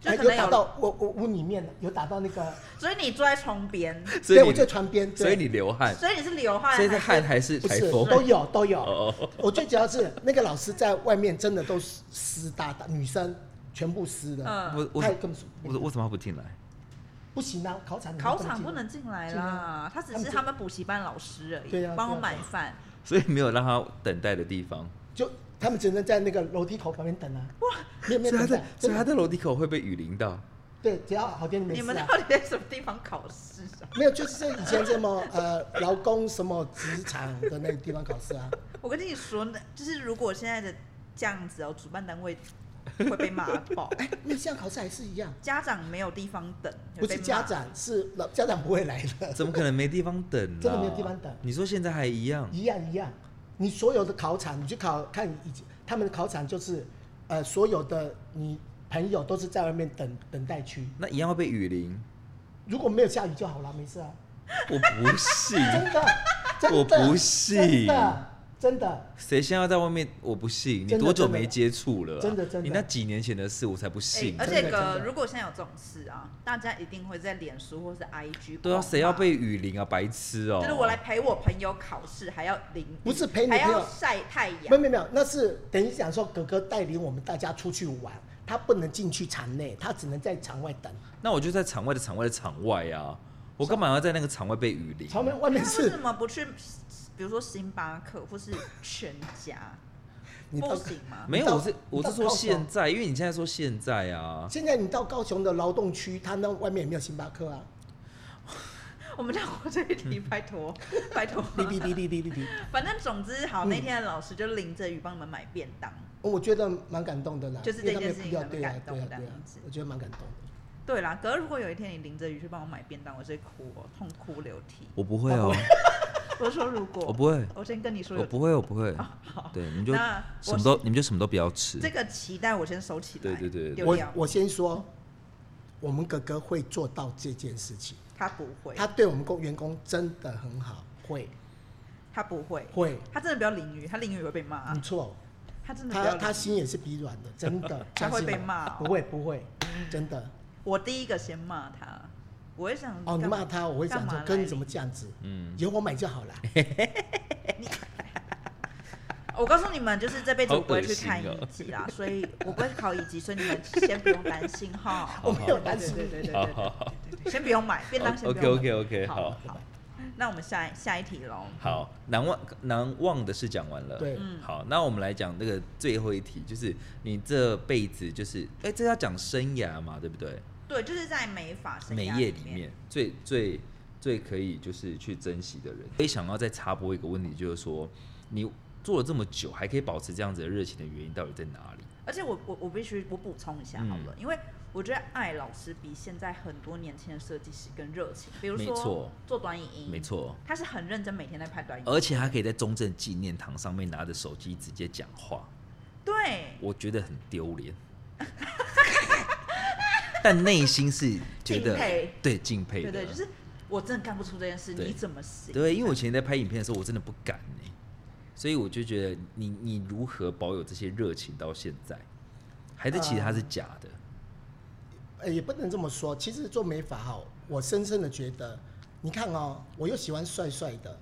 就
哎
可
有
能
打
有
到我我屋里面有打到那个，
所以你坐在床边，
所以
对
你
我在船边，对
所以你流汗，
所以你是流汗，
哎所以是汗
还
还是
不
台
是
风？
都有都有。
哦哦
我最主要是那个老师在外面真的都湿湿哒哒，女生全部湿的，
嗯
我我
他也根本是
我我怎么不进来？
不行啊，考场你
考
根本
场
进
不能进来啦，他只是他们补习班老师而
对
已
啊，
帮我
对啊
买饭。
所以没有让他等待的地方，
就他们只能在那个楼梯口旁边等啊。哇，没有没
所
有
以他
等
在
待，
所以
真
他
的
在楼梯口会被雨淋到。
对，只要好天
你
没
们
事啊
到。底在什么地方考试啊？
没有，就是在以前什么呃劳工什么职场的那个地方考试啊，
我跟你说，呢，就是如果现在的这样子哦，主办单位会被骂 爆，
那现在考试还是一样，
家长没有地方等，
不
会
是
被骂
家，长是老家长不会来的，
怎么可能没地方等、啊？
真的没有地方等
你说现在还一样？
一样一样。你所有的考场，你去考看以前他们的考场就是，呃，所有的你朋友都是在外面等等待区，
那一样会被雨 淋？
如果没有下雨就好了，没事啊。
我不信，
真的，真的，
我不信
真的，真的，
谁先要在外面？我不信。你
真的
多久没接触了啊、
真的真的
你那几年前的事，我才不信
哎，而
呢。
且
真的真
个
的
如果现在有这种事啊，大家一定会在脸书或是 IG
对啊，
狂骂
谁要被？雨淋啊？白痴哦、
就是我来陪我朋友考试，还要淋雨，
不是陪你
还
朋
要
友
晒太
没有
阳，
没有没有，那是等于讲说哥哥带领我们大家出去玩，他不能进去场内，他只能在场外等。
那我就在场外的场外的场外啊！我干嘛要在那个场外被雨淋？
场外外
他
面
为
是
什 么不去？比如说星巴克或是全家，
你
不
到
行吗？
没有，
你到
我是我是
你
说
到高雄
现在，因为你现在说现在啊，
现在你到高雄的劳动区，他那外面也没有星巴克 啊。
我们这样活这一题，拜 托，拜托。
哔哔哔哔哔哔哔，
反正总之好，
嗯
那天的老师就淋着雨帮你们买便当。
哦我觉得蛮感动的啦，
就是
因为
这
他
件
们
事
不
情
要
很
对啊
感动
对啊
这
对啊
样子，
我觉得蛮感动的。
对啦，可是如果有一天你淋着雨去帮我买便当，我是哭、哦，痛哭流涕。
我不会哦、
啊我说如果
我不会，
我先跟你说有，
我不会，我不会。
啊好，
对，你们就
那
什
我
么都你们就什么都不要吃。
这个期待我先收起来，
对对对对
丢
我
掉。
我先说，我们哥哥会做到这件事情，
他不会，
他
他
对我们工员工真的很好，会
他不会，
会，
他真的不要淋雨，他淋雨会被骂、
不错。
他啊真的不要
嗯他
淋
他
雨
心也是比软的，真的。
他会
相信我
被骂哦
啊不会不会，
嗯
真的。
我第一个先骂他，我会想
哦，你
干嘛
骂他，我会想
干
说
嘛，
哥
来
你怎么
淋
这样子？
嗯，
由我买就好了。
我告诉你们，就是这辈子我不会去看
好恶心
乙
哦
级啦，所以我不会考乙级，所以你们先不用担心哈。哦
我没有担心
对对对对
好
对
好
对
好
对对，先不用买便当，先不
OK
用买。
OK OK，
好
好
好。那我们下一下一题喽。
好，难忘难忘的事讲完了。
对
嗯
好，那我们来讲那个最后一题，就是你这辈子就是，哎、这要讲生涯嘛，对不对？
对，就是在美发生
美
涯
业里
面，
面最最最可以就是去珍惜的人。我也想要再插播一个问题，就是说你做了这么久还可以保持这样子的热情的原因到底在哪里？
而且我我我必须我补充一下好了，因为我觉得艾老师比现在很多年轻的设计师更热情，比如
没错
说做短影音，
没，错，
他是很认真每天在拍短影音，
而且还可以在中正纪念堂上面拿着手机直接讲话，
对，
我觉得很丢 脸，但内心是觉
敬
得
佩
对敬佩的，
对对，就是我真的干不出这件事，
对
你怎么行？
对，因为我以前在拍影片的时候，我真的不敢哎、所以我就觉得你你如何保有这些热情到现在，还是其实它是假的，
呃，也不能这么说。其实做美发哈，我深深的觉得，你看哦，我又喜欢帅帅的，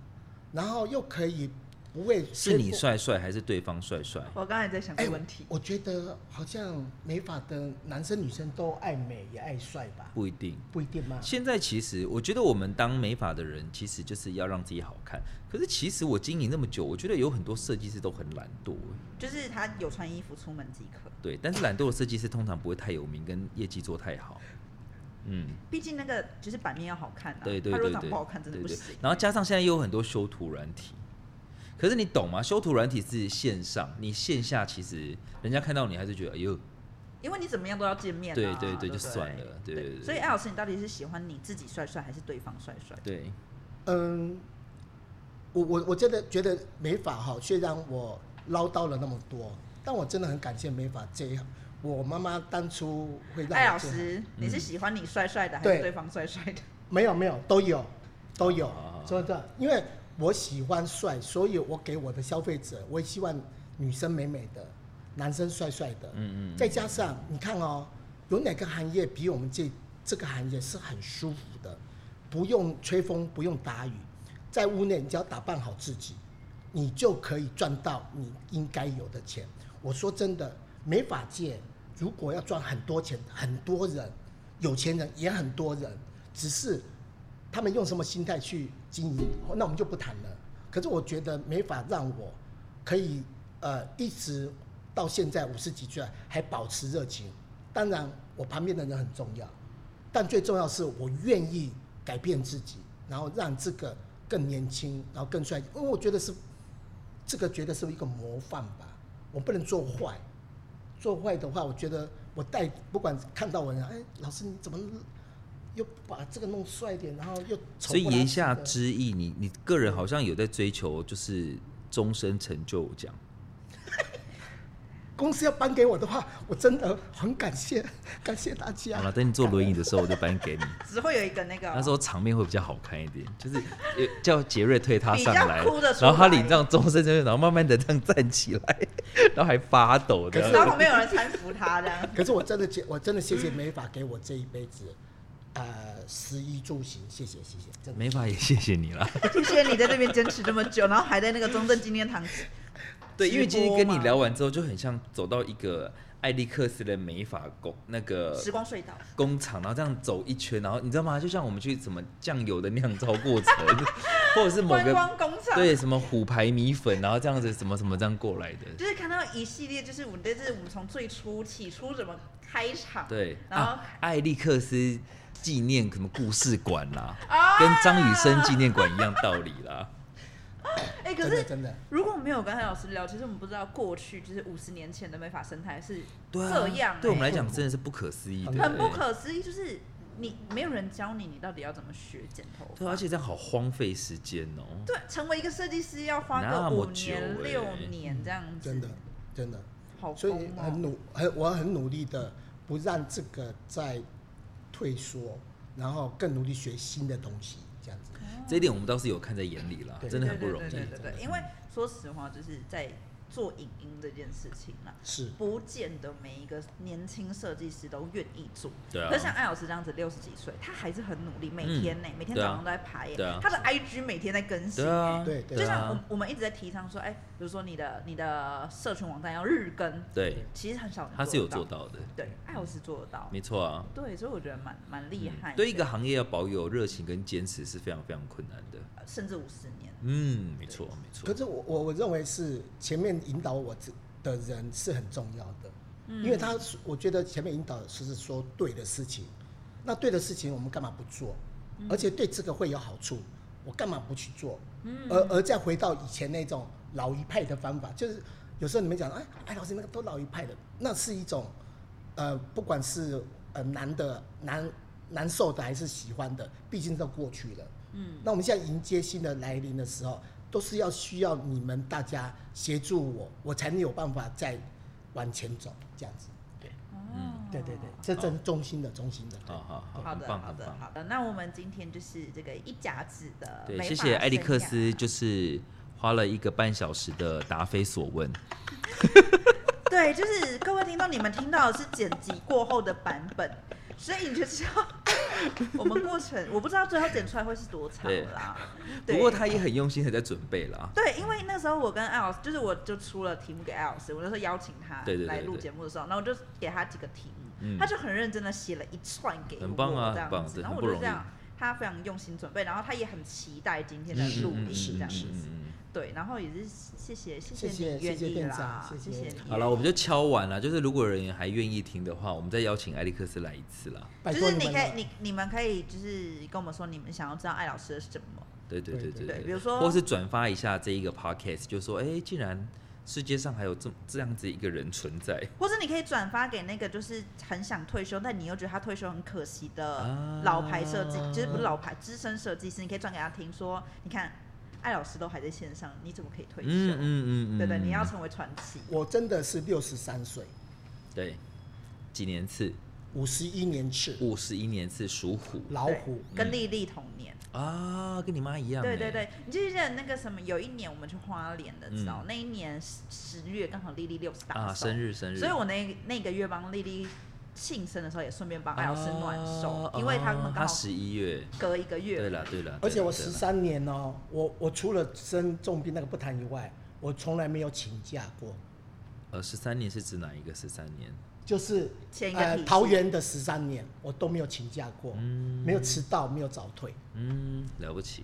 然后又可以不会
是你
说
帅帅还是对方帅帅？
我刚才在想这
哎
个问题，
我觉得好像美发的男生女生都爱美也爱帅吧？
不一定。
不一定嘛。
现在其实我觉得我们当美发的人，其实就是要让自己好看。可是其实我经营那么久，我觉得有很多设计师都很懒惰欸、
就是他有穿衣服出门即可，
对，但是懒惰的设计师通常不会太有名，跟业绩做太好。嗯，
毕竟那个就是版面要好看啊，
对对
他如
对
果长
对，
不好看真的
对
不
对
行。
然后加上现在又有很多修图软体，可是你懂吗？修图软体是线上，你线下其实人家看到你还是觉得哎呦，
因为你怎么样都要见面、啊，
对对对，
对不对，
就算了，对对对。
所以艾老师，你到底是喜欢你自己帅帅，还是对方帅帅？
对，
嗯，我我我真的觉得美发哈，虽然我唠叨了那么多，但我真的很感谢美发这一行。我妈妈当初会让
艾
我
哎老
进
师，你
嗯
是喜欢你帅帅的，还
对
是对方帅帅的？
没有没有都有都有
啊，
真的，因为我喜欢帅，所以我给我的消费者，我也希望女生美美的，男生帅帅的。
嗯嗯
再加上你看哦，有哪个行业比我们这这个行业是很舒服的，不用吹风，不用打雨，在屋内你只要打扮好自己，你就可以赚到你应该有的钱。我说真的，美发界如果要赚很多钱，很多人，有钱人也很多人，只是他们用什么心态去经营，那我们就不谈了。可是我觉得美发让我可以呃一直到现在五十几岁还保持热情。当然，我旁边的人很重要，但最重要是我愿意改变自己，然后让这个更年轻，然后更帅。因为我觉得是这个，觉得是一个模范吧。我不能做坏，做坏的话，我觉得我带不管看到我人，哎，老师你怎么又把这个弄帅一点，然后又丑
所以
不拉
言
几
下
的
之意，你你个人好像有在追求就是终身成就 奖。
公司要颁给我的话，我真的很感谢， 感谢大家。
好了，等你坐轮椅的时候，我就颁给 你。
只会有一个那个哦、
那时候场面会比较好看一点，就是呃叫杰瑞推他上来
比较哭得，出来
然后他领这样终身成就，然后慢慢的这样站起来， 然后还发抖
可
的。
是
然后旁边有人搀扶他这样。
可是我真的谢，我真的谢谢美法给我这一辈子，呃，食衣住行，谢谢谢谢，真的。
没法也谢谢你啦。
谢谢你在这边坚持这么久，然后还在那个中正纪念堂。
对，因为今天
直播
跟
嘛
你聊完之后，就很像走到一个艾利克斯的美发工那个
时光隧道，
工厂，然后这样走一圈，然后你知道吗？就像我们去什么酱油的酿造过 程，或者是某
观
个
光工厂，
对什么虎牌米粉，然后这样子什么什么这样过来的。
就是看到一系列，就是我们这是我们从最初起初怎么开场，
对，
然后
啊、艾利克斯纪念什么故事馆啦、
啊
跟张雨生纪念馆一样道理啦。
哎、可
真的
是
真的，
如果没有跟韩老师聊，其实我们不知道过去就是五十年前的美发生态是
对啊，
这样、
对我们
哎
来讲真的是不可思议的，
很不可思议，就是你没有人教你，你到底要怎么学剪头发？
对，而且这样好荒废时间哦、
对，成为一个设计师要花
那
个
么
五
久
年、
哎
六年这样子，
真的真的，
好
所以
疯哦
很努，很我很努力的，不让这个再退缩，然后更努力学新的东西，这样子。
这一点我们倒是有看在眼里啦，
对
真的很不容易。
对对对对对，因为说实话，就是在做影音这件事情啦，
是，
不见得每一个年轻设计师都愿意做。
对啊
可是像艾老师这样子，六十几岁，他还是很努力，每天呢、每天
对啊
早上都在排耶、
对啊
他的 IG 每天在更新
对
耶、
啊，
对对
就像
啊
我，我们一直在提倡说，哎、比如说你的你的社群网站要日更，
对，
其实很少人
他是有
得
做，到的，
对，艾老师做得到，
没错啊。
对，所以我觉得蛮蛮厉害的、
嗯对一个行业要保有热情跟坚持是非常非常困难的。
呃甚至五十年，
嗯，没错没错
可。是我我我认为是前面引导我这的
嗯
嗯
人是很重要的，因为他我觉得前面引导是说对的事情，那对的事情我们干嘛不做？而且对这个会有好处，我干嘛不去做？
嗯
而而再回到以前那种老一派的方法，就是有时候你们讲，哎哎，老师那个都老一派的，那是一种呃，不管是呃难的难难受的还是喜欢的，毕竟都过去了。
嗯，
那我们现在迎接新的来临的时候，都是要需要你们大家协助我，我才能有办法再往前走，这样子。对，
哦
对对对，这真中心的，中心的。对
好啊好好，
好
很
的，
棒
好
很
的，
棒。
好的。那我们今天就是这个一甲子的美
对，
发
谢谢艾利克
生
斯，
涯。
就是花了一个半小时的答非所问。
对，就是各位听众，你们听到的是剪辑过后的版本，所以你就知道我们过程，我不知道最后剪出来会是多长
对
啦。
不过他也很用心的在准备啦。
对，因为那时候我跟艾老师，就是我就出了题目给艾老师，我那时候邀请他
对对对
来录
对
节目的时候，然后我就给他几个题目，
嗯
他就很认真的写了一串给我，
很棒啊
这样
很棒
子，
对
然后我
很不
就
容
这样，他非常用心准备，然后他也很期待今天的
嗯
录
嗯
音
嗯
这样子，
嗯嗯嗯
对，然后也是谢谢谢
谢谢
你愿
谢谢
意
店
啦，
长
谢
谢谢
你
嗯好了，我们就敲完了。就是如果有人还愿意听的话，我们再邀请艾利克斯来一次啦。
拜
就
托
是你
们
可以
了，
你你们可以就是跟我们说你们想要知道艾老师的什么，
对对对
对
对
对比如说
或是转发一下这一个 podcast，就说，哎、竟然世界上还有这这样子一个人存在，
或者你可以转发给那个就是很想退休，但你又觉得他退休很可惜的
啊
老牌设计，就是不是老牌资深设计师，你可以转给他听说，你看艾老师都还在线上，你怎么可以退休？
嗯嗯嗯嗯，
对不对，
嗯
你要成为传奇。
我真的是六十三岁，
对几年次，
五十一年次，
五十一年次属虎
老虎。
对跟丽丽同年，
啊，跟你妈一样、
对对，对，你记不记得那个什么？有一年我们去花莲的，知道、那一年十十月刚好丽丽六十大寿、
嗯啊，生日生日，
所以我那那个月帮丽丽庆生的时候，也顺便帮艾老师暖手，
啊
因为他
啊
们
他
刚好
十一月，
隔一个
对
月。
了对了，
而且我
对
十
啦，
三年哦，我我除了生重病那个不谈以外，我从来没有请假过，
呃，十三年是指哪一个十三年？
就是
前一个
呃
体系
桃园的十三年，我都没有请假过，没有迟到，没有早 退。
嗯，了不起。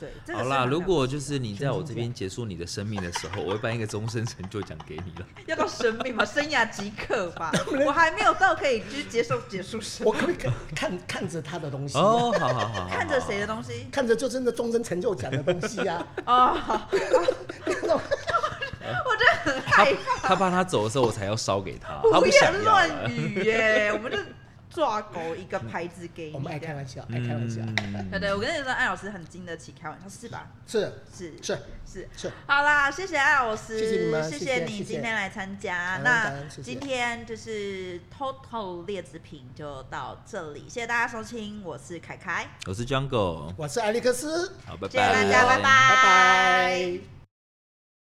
对，这个
好
是
啦，
很了
如
不
果
起
就是你在我这边结束你的生命的时候，我会颁一个终身成就奖给你了。
要到生命吧，生涯即刻吧，我还没有到可以就是接受结束生
我可不可以看看 看着他的东西、啊？
哦，好好好好好，
看着谁的东西
看着就真的终身成就奖的东西呀、 啊，
哦，好
那种
我真的很害怕，
他怕他走的时候，我才要烧给他，他
胡
不想要
言
嗯了
乱语耶，我们就抓狗一个牌子给你，
我们爱开玩
笑。
笑，
嗯
爱开玩笑，
对对，我跟你说，艾老师很经得起开玩笑，是吧？
是
是
是
是
是，
好啦，谢谢艾老师，
谢谢你们
谢
谢谢
你
谢谢
今天来参加。
感恩
那
感恩谢谢
今天就是偷偷劣质品就到这里，谢谢大家收听，我是凯凯，
我是 Jungle，
我是艾利克斯，
好，拜
谢谢大家，拜拜，
拜拜。